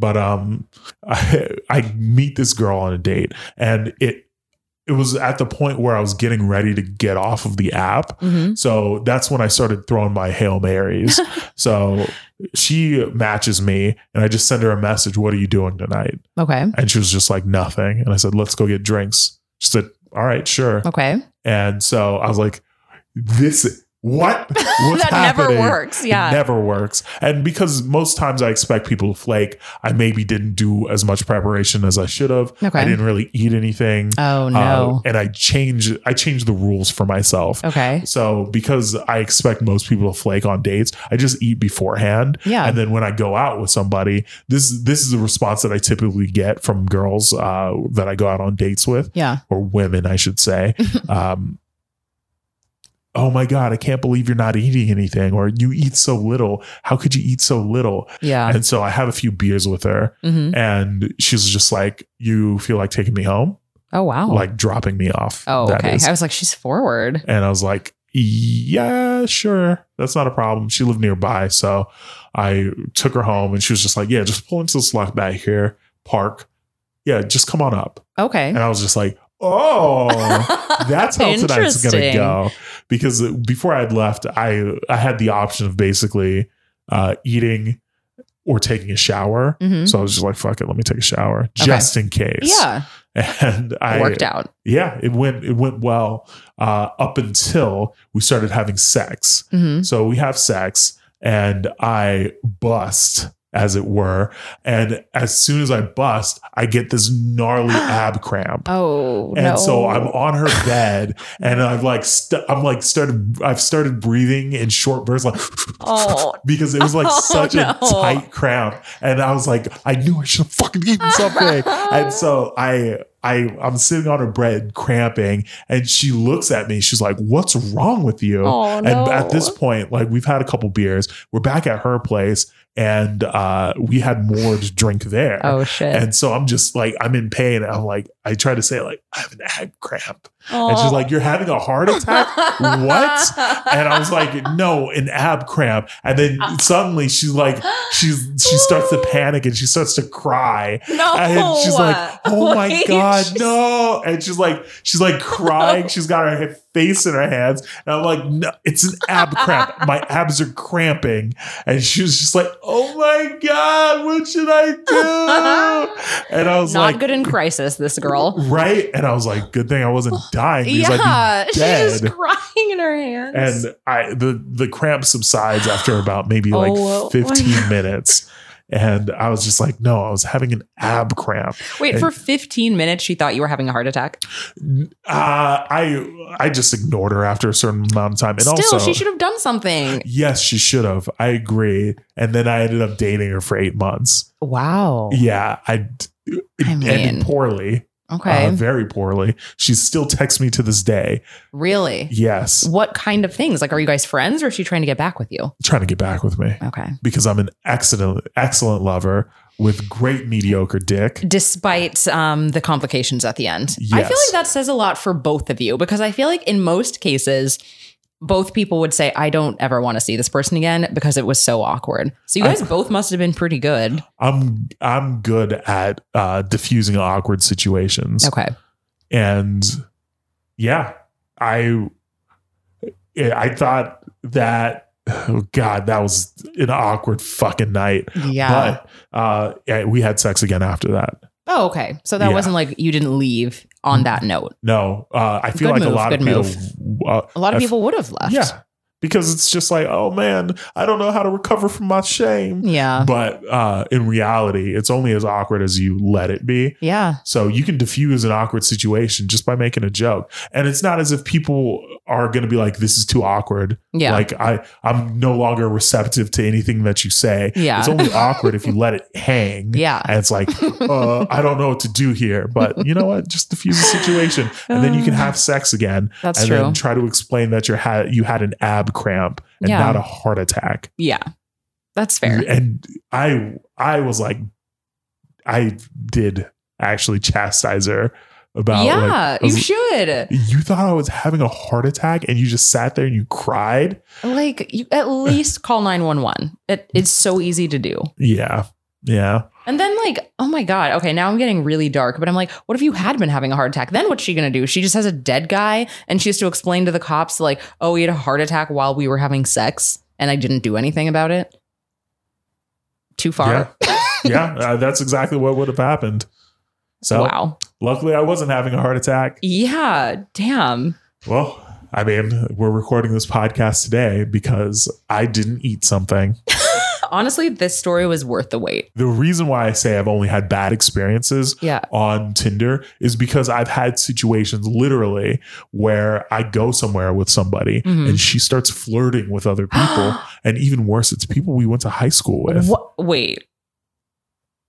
B: But um, I, I meet this girl on a date, and it it was at the point where I was getting ready to get off of the app.
A: hmm
B: So that's when I started throwing my hail marys. so she matches me, and I just send her a message. What are you doing tonight?
A: Okay.
B: And she was just like nothing. And I said, let's go get drinks. She said, all right, sure.
A: Okay.
B: And so I was like, this what? What's
A: that
B: happening?"
A: never works.
B: It
A: Yeah.
B: never works. And because most times I expect people to flake, I maybe didn't do as much preparation as I should have.
A: Okay.
B: I didn't really eat anything.
A: oh no.
B: Uh, and I change I change the rules for myself.
A: okay.
B: So because I expect most people to flake on dates, I just eat beforehand.
A: Yeah.
B: And then when I go out with somebody, this this is a response that I typically get from girls uh, that I go out on dates with,
A: yeah.
B: or women, I should say. um, oh my god, I can't believe you're not eating anything, or you eat so little. How could you eat so little?
A: Yeah.
B: And so I have a few beers with her,
A: hmm
B: and she's just like, "You feel like taking me home,
A: Oh wow.
B: like dropping me off."
A: oh
B: that
A: okay.
B: is.
A: I was like, she's forward.
B: And I was like, yeah, sure. That's not a problem. She lived nearby. So I took her home and she was just like, yeah, just pull into this lot back here, park. Yeah, just come on up.
A: Okay.
B: And I was just like, oh. That's how tonight's gonna
A: Interesting.
B: go. Because before I'd left, I I had the option of basically uh, eating or taking a shower.
A: Mhm.
B: So I was just like, fuck it, let me take a shower just in case.
A: Yeah.
B: And I
A: worked out.
B: yeah, it went it went well uh, up until we started having sex.
A: hmm
B: So we have sex, and I bust, as it were. And as soon as I bust, I get this gnarly ab cramp.
A: Oh
B: And
A: no.
B: so I'm on her bed, and I've like st- I'm like started I've started breathing in short bursts, like
A: Oh.
B: because it was like
A: Oh,
B: such a
A: no.
B: tight cramp, and I was like I knew I should have fucking eaten something and so I I I'm sitting on her bread cramping and she looks at me she's like what's wrong with you
A: oh,
B: and
A: no.
B: at this point like we've had a couple beers we're back at her place and uh we had more to drink there
A: Oh shit.
B: and so I'm just like I'm in pain I'm like I try to say like I have an ab cramp and she's
A: Oh.
B: like you're having a heart attack "What?" and I was like no an ab cramp and then
A: Ah.
B: suddenly she's like she's she starts to panic and she starts to cry
A: no.
B: and she's like, "Oh my
A: Wait,
B: god,
A: she's-
B: no!" And she's like, she's like crying. she's got her face in her hands, and I'm like, "No, it's an ab cramp. My abs are cramping." And she was just like, "Oh my god, what should I do?" And I was
A: Not
B: like,
A: good in crisis, this girl.
B: "Right?" And I was like, "Good thing I wasn't dying." because I'd
A: Oh,
B: be
A: Yeah, she's just
B: dead.
A: crying in her hands.
B: and I the the cramp subsides after about maybe like
A: Oh, my
B: 15 minutes. And I was just like, no, I was having an ab cramp.
A: wait, for 15 minutes, she thought you were having a heart attack.
B: Uh, I I just ignored her after a certain amount of time, and
A: Still,
B: also
A: she should have done something.
B: Yes, she should have. I agree. And then I ended up dating her for eight months.
A: Wow.
B: Yeah, I d- it
A: I mean,
B: ended poorly,
A: Okay.
B: uh, very poorly. She still texts me to this day.
A: really?
B: Yes,
A: What kind of things? Like, are you guys friends or is she trying to get back with you?
B: trying to get back with me
A: Okay.
B: because I'm an excellent excellent lover with great mediocre dick.
A: Despite um, the complications at the end, I
B: Yes.
A: feel like that says a lot for both of you because I feel like in most cases, both people would say, I don't ever want to see this person again because it was so awkward. So you
B: I-
A: guys both must have been pretty good.
B: I'm I'm good at uh, diffusing awkward situations.
A: Okay.
B: and yeah i i thought that oh god that was an awkward fucking night
A: Yeah.
B: but uh yeah, we had sex again after that
A: Oh, okay. So that
B: Yeah.
A: wasn't like you didn't leave on that note.
B: no uh i feel
A: Good
B: like a
A: move,
B: lot of
A: good
B: people uh,
A: A lot of
B: I've-
A: people would have left.
B: yeah because it's just like oh man i don't know how to recover from my shame
A: Yeah.
B: but uh in reality it's only as awkward as you let it be
A: Yeah.
B: So you can diffuse an awkward situation just by making a joke. And it's not as if people are going to be like, this is too awkward.
A: Yeah.
B: Like I, I'm no longer receptive to anything that you say.
A: Yeah.
B: It's only awkward if you let it hang.
A: yeah.
B: And it's like, uh, I don't know what to do here, but you know what? Just diffuse the situation. And then you can have sex again
A: That's
B: and
A: true.
B: then try to explain that you had, you had an ab cramp and
A: Yeah.
B: not a heart attack.
A: yeah. That's fair.
B: And I I was like, I did actually chastise her about
A: yeah.
B: like, I
A: you
B: was-
A: should.
B: you thought I was having a heart attack and you just sat there and you cried.
A: Like, you at least call 911. It, it's so easy to do.
B: Yeah. Yeah.
A: And then, like, oh my God. Okay. Now I'm getting really dark, but I'm like, what if you had been having a heart attack? Then what's she going to do? She just has a dead guy and she has to explain to the cops, like, oh, he had a heart attack while we were having sex and I didn't do anything about it. Too far.
B: Yeah. uh, that's exactly what would have happened. So
A: Wow.
B: luckily I wasn't having a heart attack.
A: Yeah. Damn.
B: Well, I mean, we're recording this podcast today because I didn't eat something.
A: Honestly, this story was worth the wait.
B: The reason why I say I've only had bad experiences
A: Yeah.
B: on Tinder is because I've had situations literally where I go somewhere with somebody
A: Mhm.
B: and she starts flirting with other people. and even worse, it's people we went to high school with.
A: What? Wait.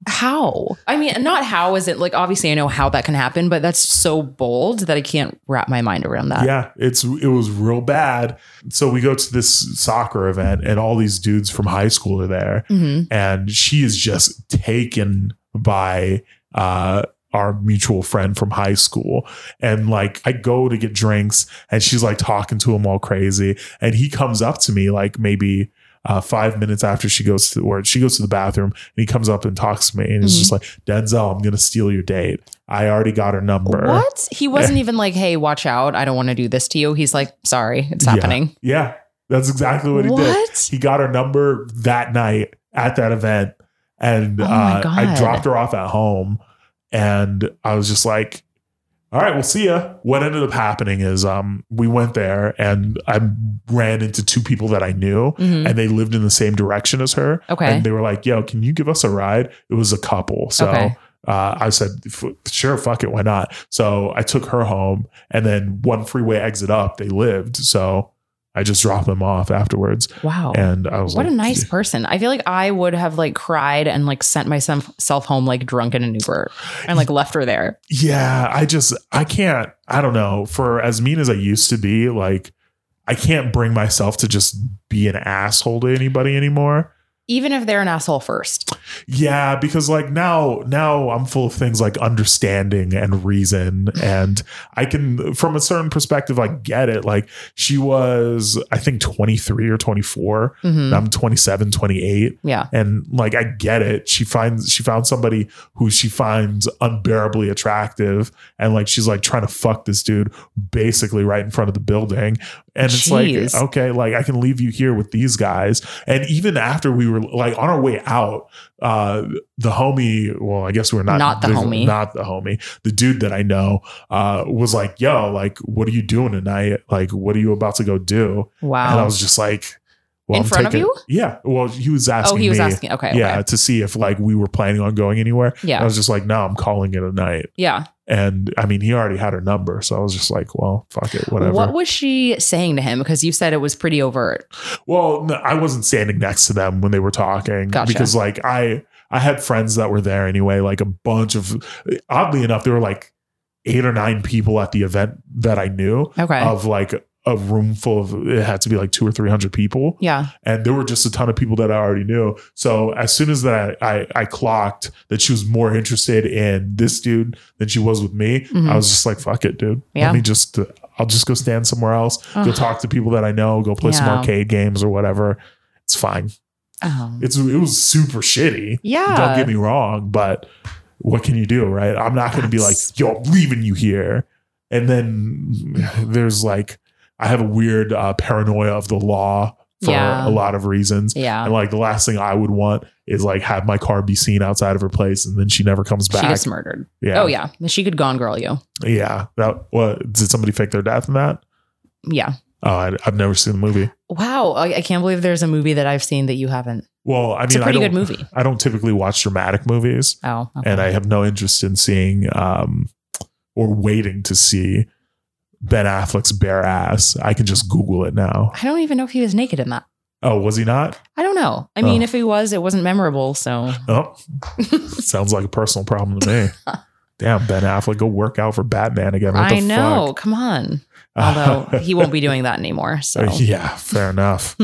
A: How? I mean, not how is it like obviously I know how that can happen, but that's so bold that I can't wrap my mind around that.
B: Yeah, it's it was real bad. So we go to this soccer event and all these dudes from high school are there
A: Mhm.
B: and she is just taken by uh our mutual friend from high school and like I go to get drinks and she's like talking to him all crazy and he comes up to me like maybe uh, five minutes after she goes to or she goes to the bathroom and he comes up and talks to me and he's just like
A: Mm-hmm.
B: Denzel I'm gonna steal your date I already got her number
A: What? He wasn't even like, hey, watch out. I don't want to do this to you. He's like, sorry, it's
B: Yeah.
A: happening.
B: yeah that's exactly what he did
A: What?
B: he got her number that night at that event and
A: Oh my
B: uh, i
A: God.
B: dropped her off at home and i was just like all right we'll see ya what ended up happening is um we went there and i ran into two people that i knew
A: Mhm.
B: and they lived in the same direction as her
A: Okay.
B: and they were like yo can you give us a ride it was a couple so
A: Okay.
B: uh, I said, "F- sure, fuck it, why not? So I took her home, and then one freeway exit up, they lived. So I just dropped them off afterwards.
A: Wow.
B: And I was
A: What
B: like,
A: a nice person. I feel like I would have like cried and like sent myself home like drunk in an Uber and like left her there.
B: Yeah, I just, I can't, I don't know. For as mean as I used to be, like, I can't bring myself to just be an asshole to anybody anymore.
A: Even if they're an asshole first.
B: Yeah, because like now, now I'm full of things like understanding and reason. And I can, from a certain perspective, like get it. Like, she was, I think, 23 or 24.
A: Mhm.
B: I'm 27, 28.
A: Yeah.
B: and like i get it she finds she found somebody who she finds unbearably attractive and like she's like trying to fuck this dude basically right in front of the building and it's
A: Jeez.
B: like okay like i can leave you here with these guys and even after we were like on our way out uh the homie well i guess we we're not
A: Not the homie.
B: not the homie the dude that i know uh was like yo like what are you doing tonight like what are you about to go do and i
A: Wow.
B: was just like
A: In front of you?
B: yeah well he was asking
A: Oh, he was
B: me
A: asking. Okay.
B: yeah
A: okay.
B: to see if like we were planning on going anywhere i
A: Yeah.
B: was just like no i'm calling it a night
A: Yeah.
B: and i mean he already had her number so i was just like well fuck it whatever
A: What was she saying to him? Because you said it was pretty overt.
B: well no, i wasn't standing next to them when they were talking
A: Gotcha.
B: because like i i had friends that were there anyway like a bunch of oddly enough there were like eight or nine people at the event that i knew
A: Okay.
B: of like a room full of it had to be like two or three hundred people
A: yeah.
B: and there were just a ton of people that I already knew. So as soon as that I, I, I clocked that she was more interested in this dude than she was with me,
A: Mhm.
B: I was just like, "Fuck it, dude.
A: Yeah.
B: Let me just uh, I'll just go stand somewhere else, go
A: Ugh.
B: talk to people that I know, go play some
A: Yeah.
B: arcade games or whatever. It's fine.
A: Um,
B: It's it was super shitty.
A: yeah.
B: Don't get me wrong, but what can you do, right? I'm not going to be like,
A: That's-
B: "Yo, I'm leaving you here," and then there's like. I have a weird uh, paranoia of the law for
A: Yeah.
B: a lot of reasons.
A: yeah.
B: And like the last thing I would want is like have my car be seen outside of her place and then she never comes
A: She
B: back.
A: gets murdered.
B: yeah.
A: Oh yeah. She could gone girl you.
B: Yeah. That what did somebody fake their death in that?
A: Yeah.
B: Oh, I, I've never seen the movie.
A: Wow. I, I can't believe there's a movie that I've seen that you haven't.
B: Well, I
A: It's a
B: mean, I
A: pretty
B: don't,
A: good movie.
B: I don't typically watch dramatic movies
A: Oh. okay.
B: and I have no interest in seeing um or waiting to see Ben Affleck's bare ass. I can just Google it now.
A: I don't even know if he was naked in that.
B: Oh, was he not?
A: I don't know. I mean,
B: Oh.
A: if he was, it wasn't memorable. So
B: Oh, sounds like a personal problem to me. Damn, Ben Affleck, go work out for Batman again. What the
A: I know. Come on. Although
B: fuck?
A: he won't be doing that anymore. So,
B: Uh, Yeah, fair enough.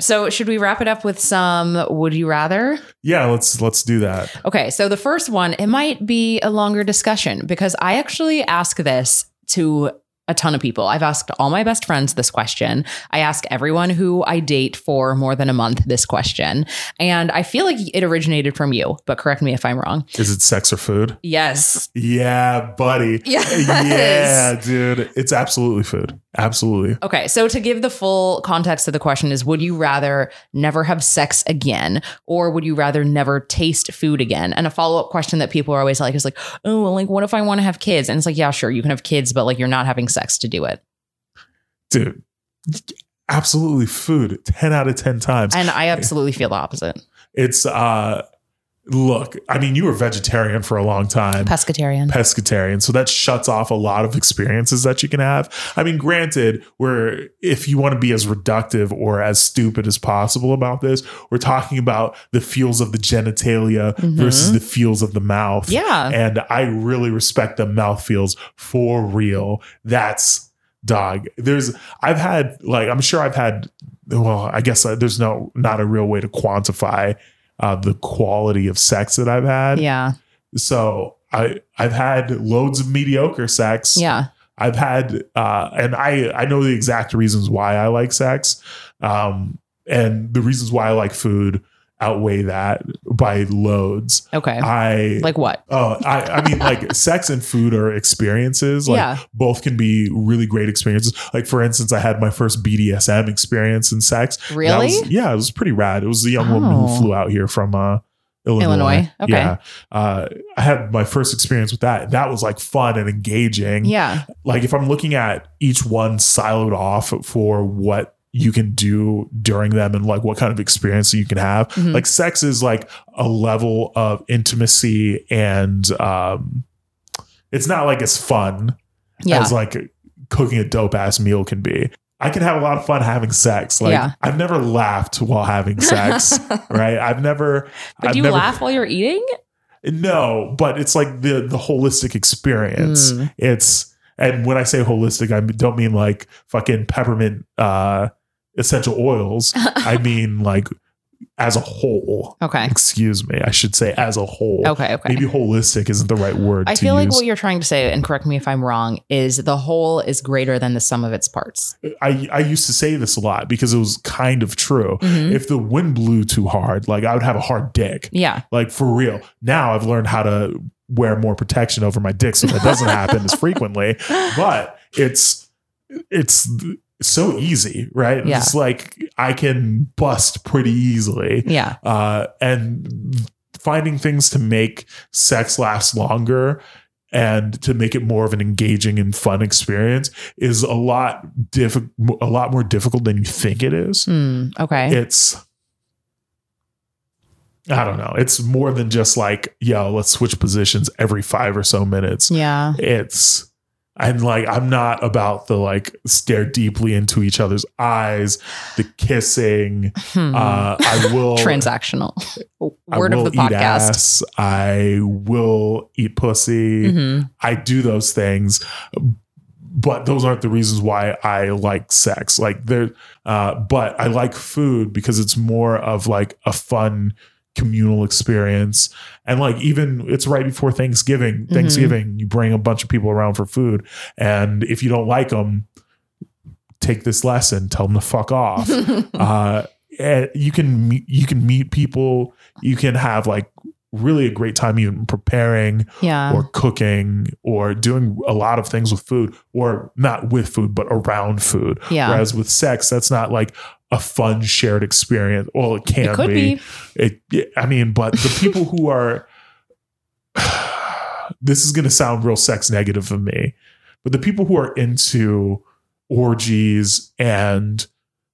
A: so should we wrap it up with some would you rather?
B: yeah, let's let's do that.
A: Okay. So the first one, it might be a longer discussion because I actually ask this to a ton of people. I've asked all my best friends this question. I ask everyone who I date for more than a month this question. And I feel like it originated from you, but correct me if I'm wrong.
B: Is it sex or food?
A: Yes.
B: Yeah, buddy.
A: Yes.
B: Yeah, dude. It's absolutely food. Absolutely.
A: Okay, so to give the full context of the question is would you rather never have sex again or would you rather never taste food again? And a follow-up question that people are always like is like, "Oh, well, like what if I want to have kids?" And it's like, "Yeah, sure, you can have kids, but like you're not having sex to do it."
B: dude. Absolutely, food ten out of ten times.
A: And I absolutely feel the opposite.
B: It's uh, look. I mean, you were vegetarian for a long time.
A: Pescatarian.
B: pescatarian. So that shuts off a lot of experiences that you can have. I mean, granted, we're if you want to be as reductive or as stupid as possible about this, we're talking about the fuels of the genitalia
A: Mhm.
B: versus the fuels of the mouth.
A: yeah.
B: And I really respect the mouth feels for real. That's dog. There's I've had like I'm sure I've had well, I guess uh, there's no not a real way to quantify uh, the quality of sex that I've had.
A: Yeah.
B: So I I've had loads of mediocre sex.
A: Yeah.
B: I've had uh and I I know the exact reasons why I like sex. Um and the reasons why I like food outweigh that by loads.
A: Okay.
B: I
A: like what?
B: Oh, I, I mean, like sex and food are experiences. Like
A: yeah.
B: both can be really great experiences. Like for instance, I had my first BDSM experience in sex. That
A: Really?
B: was- yeah, it was pretty rad. It was a young woman
A: Oh.
B: who flew out here from uh, Illinois.
A: Illinois, okay.
B: Yeah. Uh, I had my first experience with that. That was like fun and engaging.
A: yeah.
B: Like if I'm looking at each one siloed off for what you can do during them and like what kind of experience you can have.
A: Mhm.
B: Like sex is like a level of intimacy and um it's not like as fun
A: yeah.
B: as like cooking a dope ass meal can be. I can have a lot of fun having sex. Like
A: Yeah.
B: I've never laughed while having sex, right? I've never.
A: but
B: I've
A: do you
B: never-
A: laugh while you're eating?
B: No, but it's like the the holistic experience.
A: Mm.
B: It's and when I say holistic, I don't mean like fucking peppermint uh, essential oils. I mean like as a whole.
A: Okay.
B: Excuse me, I should say as a whole.
A: Okay. Okay.
B: Maybe holistic isn't the right word.
A: I
B: to
A: feel like
B: use.
A: what you're trying to say, and correct me if I'm wrong, is the whole is greater than the sum of its parts.
B: I, I used to say this a lot because it was kind of true.
A: Mhm.
B: If the wind blew too hard, like I would have a hard dick,
A: Yeah.
B: like for real. Now I've learned how to wear more protection over my dick so that doesn't happen as frequently. But it's it's so easy, right?
A: Yeah.
B: It's like I can bust pretty easily
A: Yeah.
B: uh, and finding things to make sex last longer and to make it more of an engaging and fun experience is a lot diff- a lot more difficult than you think it is.
A: Hmm. okay.
B: It's I don't know. It's more than just like, yo, let's switch positions every 5 or so minutes.
A: yeah.
B: It's and like I'm not about the like stare deeply into each other's eyes, the kissing.
A: Hmm.
B: Uh I will
A: Transactional.
B: I
A: Word of
B: will
A: the
B: Eat
A: podcast.
B: ass. I will eat pussy.
A: Mhm.
B: I do those things, but those aren't the reasons why I like sex. Like there, uh, but I like food because it's more of like a fun communal experience. And like even it's right before Thanksgiving.
A: Mhm.
B: Thanksgiving, you bring a bunch of people around for food, and if you don't like them, take this lesson. Tell them to fuck off uh, and you can me- you can meet people. You can have like really a great time even preparing
A: yeah.
B: or cooking or doing a lot of things with food or not with food but around food.
A: yeah.
B: Whereas with sex, that's not like a fun shared experience. Well, it can
A: it could
B: be.
A: be.
B: It, it- I mean, but the people who are this is going to sound real sex negative of me, but the people who are into orgies and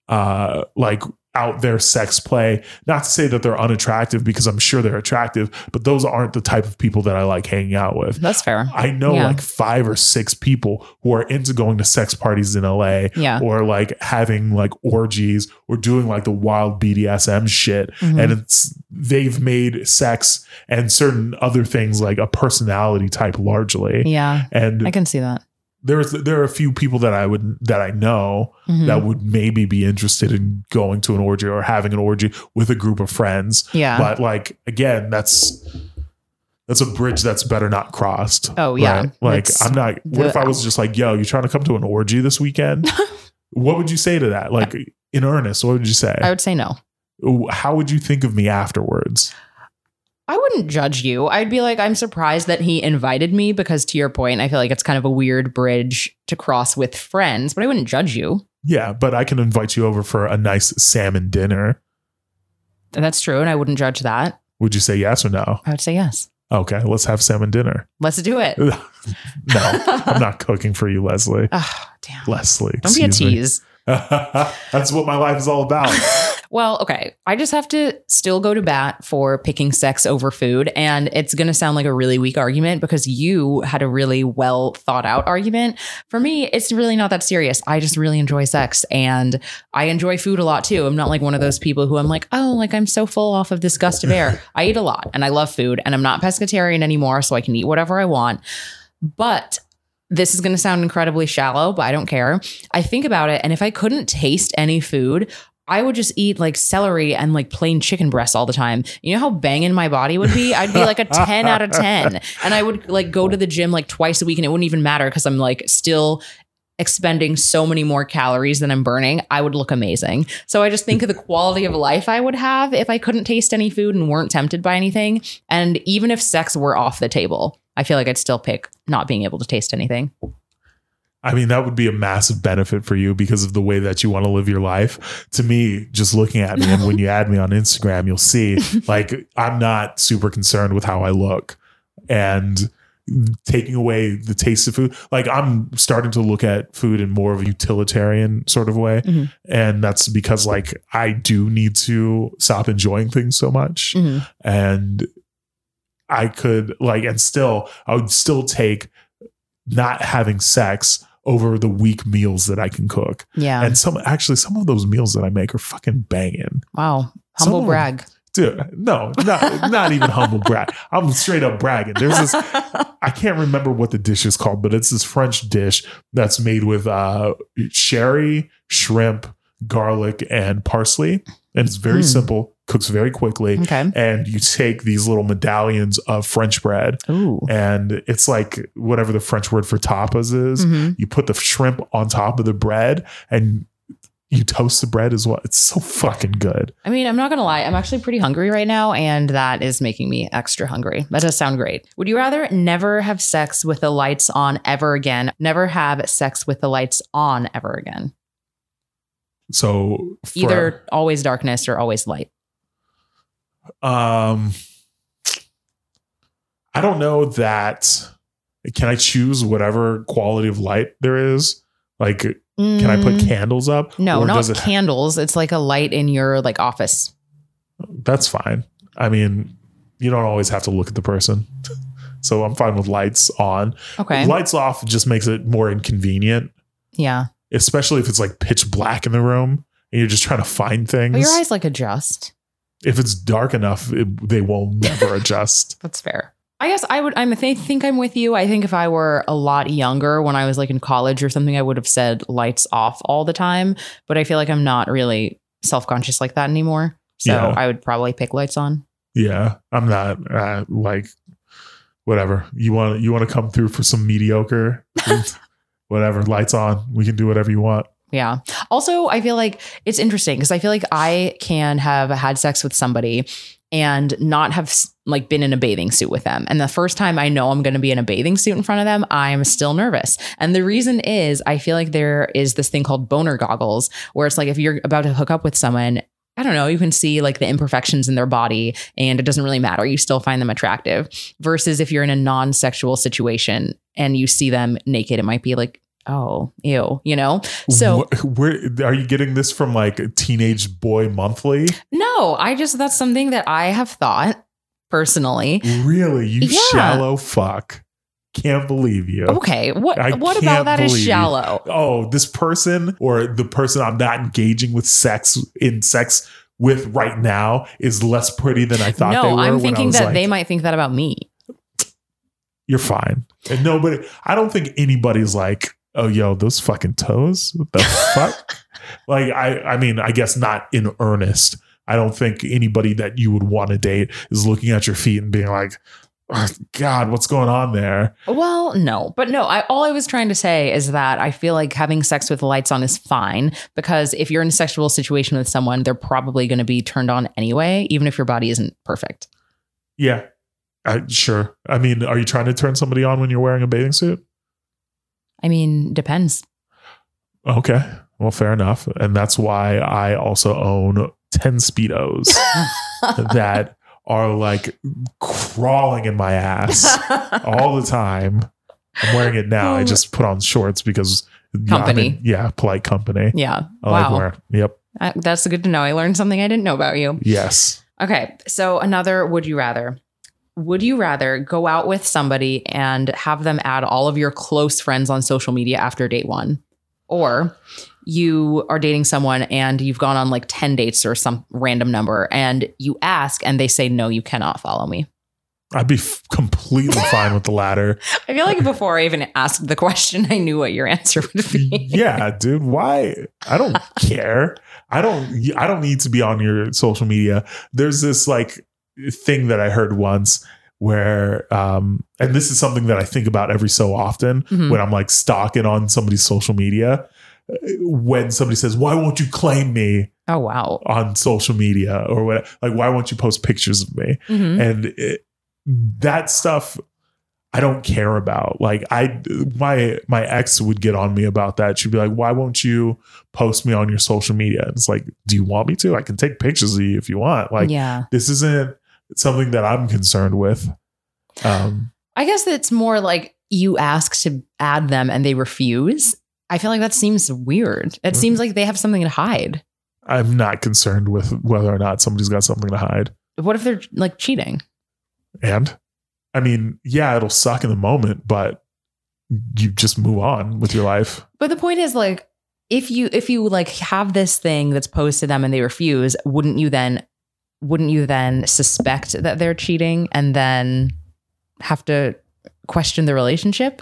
B: uh like out there sex play, not to say that they're unattractive because I'm sure they're attractive, but those aren't the type of people that I like hanging out with.
A: That's fair.
B: I know
A: Yeah.
B: like five or six people who are into going to sex parties in LA
A: Yeah.
B: or like having like orgies or doing like the wild BDSM shit.
A: Mhm.
B: And it's they've made sex and certain other things like a personality type largely.
A: Mm-hmm. yeah. I
B: And
A: can see that.
B: there's there are a few people that I would that I know
A: Mhm.
B: that would maybe be interested in going to an orgy or having an orgy with a group of friends.
A: yeah.
B: But like again, that's that's a bridge that's better not crossed.
A: Oh, yeah.
B: Right? Like
A: It's-
B: I'm not what if I was just like, yo, you trying to come to an orgy this weekend? what would you say to that? Like in earnest, what would you say?
A: I would say no.
B: How would you think of me afterwards?
A: I wouldn't judge you. I'd be like, I'm surprised that he invited me because, to your point, I feel like it's kind of a weird bridge to cross with friends, but I wouldn't judge you.
B: Yeah, but I can invite you over for a nice salmon dinner.
A: That's true. And I wouldn't judge that.
B: Would you say yes or no?
A: I would say yes.
B: Okay, let's have salmon dinner.
A: Let's do it.
B: no, I'm not cooking for you, Leslie.
A: Oh, damn.
B: Leslie.
A: Don't be a
B: excuse me.
A: tease.
B: That's what my life is all about.
A: Well, okay. I just have to still go to bat for picking sex over food. And it's going to sound like a really weak argument because you had a really well thought out argument. For me, it's really not that serious. I just really enjoy sex and I enjoy food a lot too. I'm not like one of those people who I'm like, oh, like I'm so full off of this gust of air. I eat a lot and I love food and I'm not pescatarian anymore, so I can eat whatever I want. But this is going to sound incredibly shallow, but I don't care. I think about it. And if I couldn't taste any food, I would just eat like celery and like plain chicken breasts all the time. You know how banging my body would be? I'd be like a 10 out of 10. And I would like go to the gym like twice a week and it wouldn't even matter because I'm like still expending so many more calories than I'm burning. I would look amazing. So I just think of the quality of life I would have if I couldn't taste any food and weren't tempted by anything. And even if sex were off the table, I feel like I'd still pick not being able to taste anything.
B: I mean, that would be a massive benefit for you because of the way that you want to live your life. To me, just looking at me and when you add me on Instagram, you'll see like I'm not super concerned with how I look and taking away the taste of food. Like I'm starting to look at food in more of a utilitarian sort of way.
A: Mhm.
B: And that's because like I do need to stop enjoying things so much.
A: Mhm.
B: and I could like and still I would still take not having sex over the weak meals that I can cook.
A: Yeah.
B: and some actually some of those meals that I make are fucking banging.
A: wow. Humble
B: Someone-
A: brag.
B: Dude, no, not not even humble brag. I'm straight up bragging. There's this I can't remember what the dish is called, but it's this French dish that's made with uh sherry, shrimp, garlic, and parsley. And it's very
A: Hmm.
B: simple, cooks very quickly
A: okay.
B: and you take these little medallions of French bread,
A: Ooh.
B: and it's like whatever the French word for tapas is.
A: Mhm.
B: You put the shrimp on top of the bread, and you toast the bread as well. It's so fucking good.
A: I mean, I'm not going to lie. I'm actually pretty hungry right now, and that is making me extra hungry. That does sound great. Would you rather never have sex with the lights on ever again? Never have sex with the lights on ever again?
B: So for-
A: Either always darkness or always light.
B: um, I don't know that. Can I choose whatever quality of light there is? Like, can I put candles up?
A: Mm. No,
B: Or
A: not
B: does it-
A: candles. It's like a light in your like office.
B: that's fine. I mean, you don't always have to look at the person. So I'm fine with lights on.
A: Okay.
B: Lights off just makes it more inconvenient,
A: yeah.
B: especially if it's like pitch black in the room and you're just trying to find
A: But
B: things.
A: your eyes like adjust.
B: If it's dark enough, it, they will never adjust.
A: That's fair. I guess I would. I'm, I thi- think I'm with you. I think if I were a lot younger, when I was like in college or something, I would have said lights off all the time. But I feel like I'm not really self conscious like that anymore. So
B: Yeah.
A: I would probably pick lights on.
B: Yeah, I'm not uh, like whatever. You want you want to come through for some mediocre whatever, lights on. We can do whatever you want.
A: Yeah. Also, I feel like it's interesting because I feel like I can have had sex with somebody and not have s- like been in a bathing suit with them. And the first time I know I'm going to be in a bathing suit in front of them, I'm still nervous. And the reason is I feel like there is this thing called boner goggles where it's like if you're about to hook up with someone, I don't know, you can see like the imperfections in their body and it doesn't really matter. You still find them attractive versus if you're in a non-sexual situation and you see them naked, it might be like, oh, ew, you know? So
B: Wh- where are you getting this from? Like Teenage Boy Monthly?
A: No, I just that's something that I have thought personally.
B: Really, you
A: Yeah.
B: shallow fuck. Can't believe you.
A: Okay, what
B: I
A: what
B: can't
A: about that is
B: believe you.
A: shallow?
B: Oh, this person or the person I'm not engaging with sex in sex with right now is less pretty than I thought they
A: No,
B: were.
A: I'm
B: when I
A: thinking
B: was
A: that
B: like,
A: they might think that about me.
B: You're fine. And nobody, I don't think anybody's like, oh, yo, those fucking toes. What the fuck? Like, I, I mean, I guess not in earnest. I don't think anybody that you would want to date is looking at your feet and being like, oh, God, what's going on there?
A: Well, no, but no, I, all I was trying to say is that I feel like having sex with the lights on is fine because if you're in a sexual situation with someone, they're probably going to be turned on anyway, even if your body isn't perfect.
B: Yeah. I, sure. I mean, are you trying to turn somebody on when you're wearing a bathing suit?
A: I mean, depends.
B: Okay. Well, fair enough. And that's why I also own 10 Speedos that are like crawling in my ass all the time. I'm wearing it now. I just put on shorts because you know, I'm
A: Company.
B: in- yeah, polite company.
A: yeah.
B: I like
A: wow.
B: wearing. Yep.
A: Uh, that's good to know. I learned something I didn't know about you.
B: Yes.
A: Okay. So, another would you rather? Would you rather go out with somebody and have them add all of your close friends on social media after date one? Or you are dating someone and you've gone on like 10 dates or some random number and you ask and they say, no, you cannot follow me.
B: I'd be f- completely fine with the latter.
A: I feel like before I even asked the question, I knew what your answer would be.
B: yeah, dude. Why? I don't care. I don't. I don't need to be on your social media. There's this like thing that I heard once where, um, and this is something that I think about every so often
A: Mhm.
B: when I'm like stalking on somebody's social media. Uh, When somebody says, "Why won't you claim me
A: Oh, wow.
B: on social media?" or what, like, "Why won't you post pictures of me?"
A: Mhm.
B: and it, that stuff I don't care about. Like I my my ex would get on me about that. She'd be like, "Why won't you post me on your social media?" And it's like, "Do you want me to? I can take pictures of you if you want." Like
A: yeah.
B: this isn't something that I'm concerned with. Um
A: I guess it's more like you ask to add them and they refuse. I feel like that seems weird. It
B: Mhm.
A: seems like they have something to hide.
B: I'm not concerned with whether or not somebody's got something to hide.
A: What if they're like cheating?
B: And I mean, yeah, it'll suck in the moment, but you just move on with your life.
A: But the point is like if you if you like have this thing that's posed to them and they refuse, wouldn't you then wouldn't you then suspect that they're cheating and then have to question the relationship?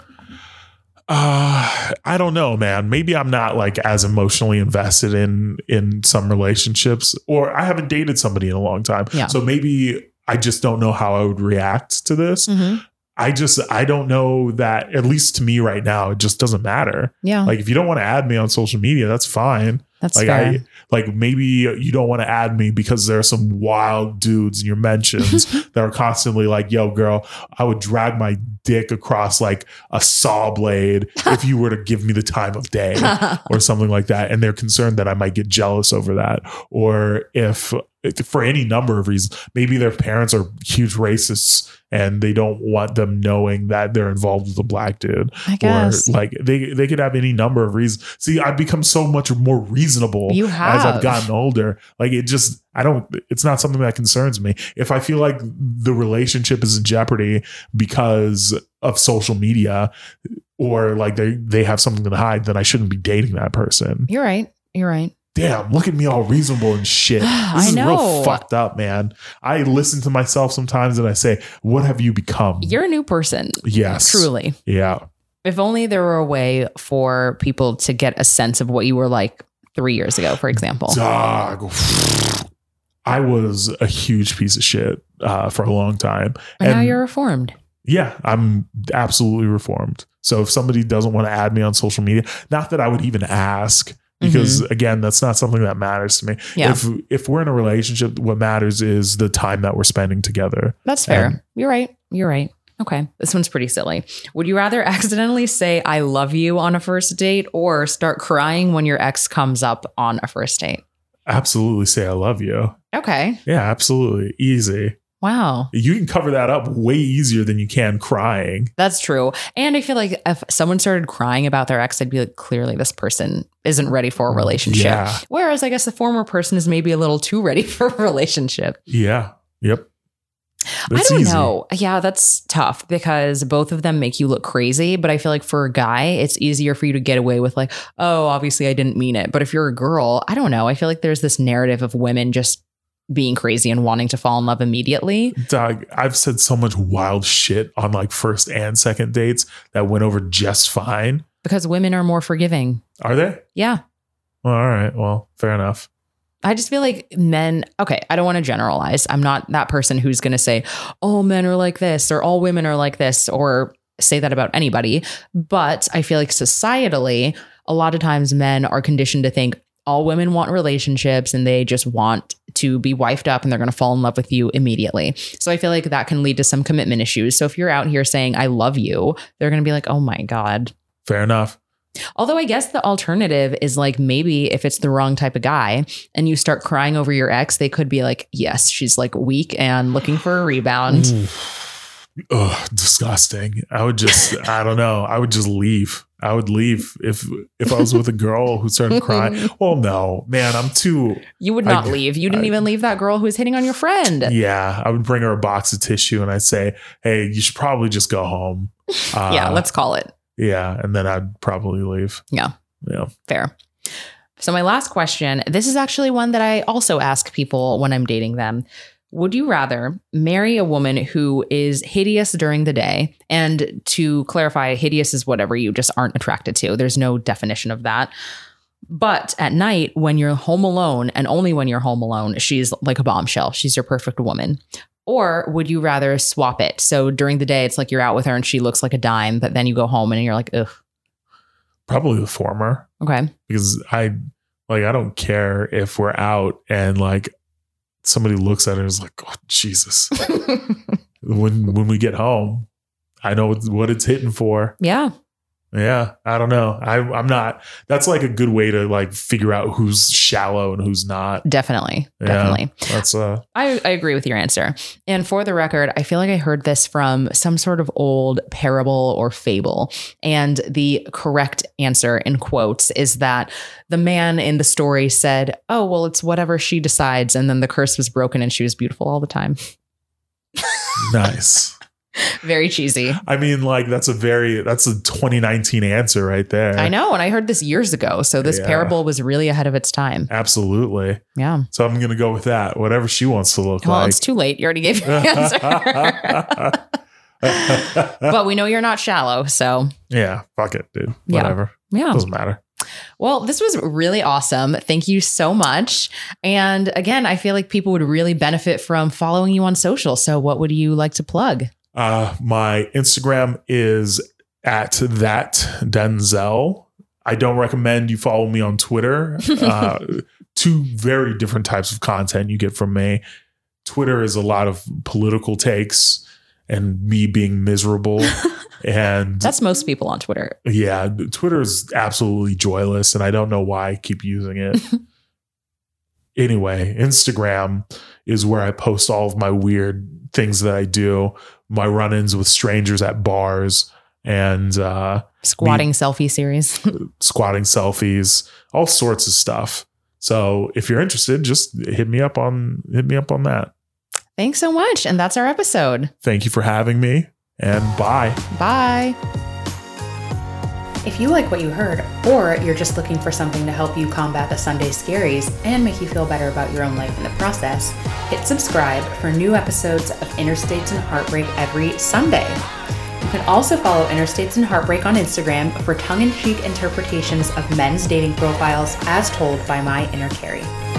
B: Uh, I don't know, man. Maybe I'm not like as emotionally invested in in some relationships, or I haven't dated somebody in a long time.
A: Yeah.
B: So maybe I just don't know how I would react to this.
A: Mm.
B: I just I don't know that at least to me right now, it just doesn't matter.
A: Yeah.
B: Like if you don't want to add me on social media, that's fine.
A: that's
B: Like
A: fair.
B: I like maybe you don't want to add me because there are some wild dudes in your mentions that are constantly like, "Yo, girl, I would drag my dick across like a saw blade if you were to give me the time of day." Or something like that, and they're concerned that I might get jealous over that, or if for any number of reasons, maybe their parents are huge racists and they don't want them knowing that they're involved with a black dude,
A: I guess.
B: or like they they could have any number of reasons. See, I've become so much more reasonable
A: you have
B: as I've gotten older. Like it just, I don't, it's not something that concerns me. If I feel like the relationship is in jeopardy because of social media or like they, they have something to hide, then I shouldn't be dating that person.
A: You're right. You're right.
B: Damn, look at me all reasonable and shit. This
A: I
B: is
A: know.
B: real fucked up, man. I listen to myself sometimes and I say, what have you become?
A: You're a new person.
B: yes.
A: Truly.
B: Yeah.
A: If only there were a way for people to get a sense of what you were like three years ago, for example.
B: Dog. I was a huge piece of shit uh, for a long time.
A: and now
B: and-
A: you're reformed.
B: yeah, I'm absolutely reformed. So if somebody doesn't want to add me on social media, not that I would even ask because again, that's not something that matters to me.
A: Mm-hmm. Yeah.
B: If if we're in a relationship, what matters is the time that we're spending together.
A: That's fair.
B: um,
A: you're right. You're right. Okay. This one's pretty silly. Would you rather accidentally say, I love you on a first date or start crying when your ex comes up on a first date?
B: Absolutely say I love you.
A: Okay.
B: Yeah, absolutely. Easy.
A: Wow.
B: You can cover that up way easier than you can crying.
A: That's true. And I feel like if someone started crying about their ex, I'd be like, clearly this person isn't ready for a relationship.
B: Mm, Yeah.
A: Whereas I guess the former person is maybe a little too ready for a relationship.
B: Yeah. Yep.
A: I
B: That's
A: don't
B: easy.
A: know. Yeah, that's tough because both of them make you look crazy. But I feel like for a guy, it's easier for you to get away with, like, oh, obviously I didn't mean it. But if you're a girl, I don't know. I feel like there's this narrative of women just being crazy and wanting to fall in love immediately.
B: Dog, I've said so much wild shit on like first and second dates that went over just fine.
A: Because women are more forgiving.
B: Are they?
A: Yeah.
B: Well, all right. Well, fair enough.
A: I just feel like men, okay, I don't want to generalize. I'm not that person who's going to say, all men are like this or all women are like this or say that about anybody. But I feel like societally, a lot of times men are conditioned to think all women want relationships and they just want to be wifed up and they're going to fall in love with you immediately. So I feel like that can lead to some commitment issues. So if you're out here saying, I love you, they're going to be like, oh my God.
B: Fair enough.
A: Although I guess the alternative is like maybe if it's the wrong type of guy and you start crying over your ex, they could be like, yes, she's like weak and looking for a rebound.
B: Mm. Ugh, disgusting. I would just, I don't know. I would just leave. I would leave if if I was with a girl who started crying. Well, no, man, I'm too.
A: You would not
B: I-
A: leave. You didn't
B: I-
A: even leave that girl who was hitting on your friend.
B: Yeah, I would bring her a box of tissue and I'd say, "Hey, you should probably just go home." Uh,
A: yeah, let's call it.
B: yeah, and then I'd probably leave.
A: Yeah.
B: yeah.
A: Fair. So, my last question this is actually one that I also ask people when I'm dating them. Would you rather marry a woman who is hideous during the day? And to clarify, hideous is whatever you just aren't attracted to. There's no definition of that. But at night, when you're home alone and only when you're home alone, she's like a bombshell. She's your perfect woman. Or would you rather swap it? So during the day, it's like you're out with her and she looks like a dime, but then you go home and you're like, ugh,
B: Probably the former
A: okay.
B: because I like I don't care if we're out and like somebody looks at her and is like, oh, "Jesus." when when we get home, I know what it's hitting for.
A: yeah.
B: Yeah, I don't know. I I'm not. That's like a good way to like figure out who's shallow and who's not.
A: Definitely.
B: Yeah.
A: Definitely.
B: That's uh
A: I, I agree with your answer. And for the record, I feel like I heard this from some sort of old parable or fable. And the correct answer, in quotes, is that the man in the story said, Oh, well, it's whatever she decides. And then the curse was broken and she was beautiful all the time.
B: nice.
A: Very cheesy.
B: I mean, like that's a very that's a 2019 answer right there.
A: I know. And I heard this years ago. So this
B: Yeah.
A: parable was really ahead of its time.
B: Absolutely.
A: Yeah.
B: So I'm gonna go with that. Whatever she wants to look
A: Well,
B: like.
A: it's too late. You already gave your answer. but we know you're not shallow. So,
B: yeah, fuck it, dude.
A: Yeah. Oh.
B: Whatever.
A: yeah.
B: Doesn't matter.
A: Well, this was really awesome. Thank you so much. And again, I feel like people would really benefit from following you on social. So, what would you like to plug?
B: Uh, my Instagram is at that Denzel. I don't recommend you follow me on Twitter. Uh, two very different types of content you get from me. Twitter is a lot of political takes and me being miserable. and
A: That's most people on Twitter.
B: yeah, Twitter is absolutely joyless, and I don't know why I keep using it. anyway, Instagram is where I post all of my weird things that I do, my run ins with strangers at bars, and uh,
A: Squatting selfie series.
B: squatting selfies, all sorts of stuff. So if you're interested, just hit me up on hit me up on that.
A: Thanks so much. And that's our episode.
B: Thank you for having me, and bye.
A: Bye. If you like what you heard, or you're just looking for something to help you combat the Sunday scaries and make you feel better about your own life in the process, hit subscribe for new episodes of Interstates and Heartbreak every Sunday. You can also follow Interstates and Heartbreak on Instagram for tongue in cheek interpretations of men's dating profiles as told by my inner Carrie.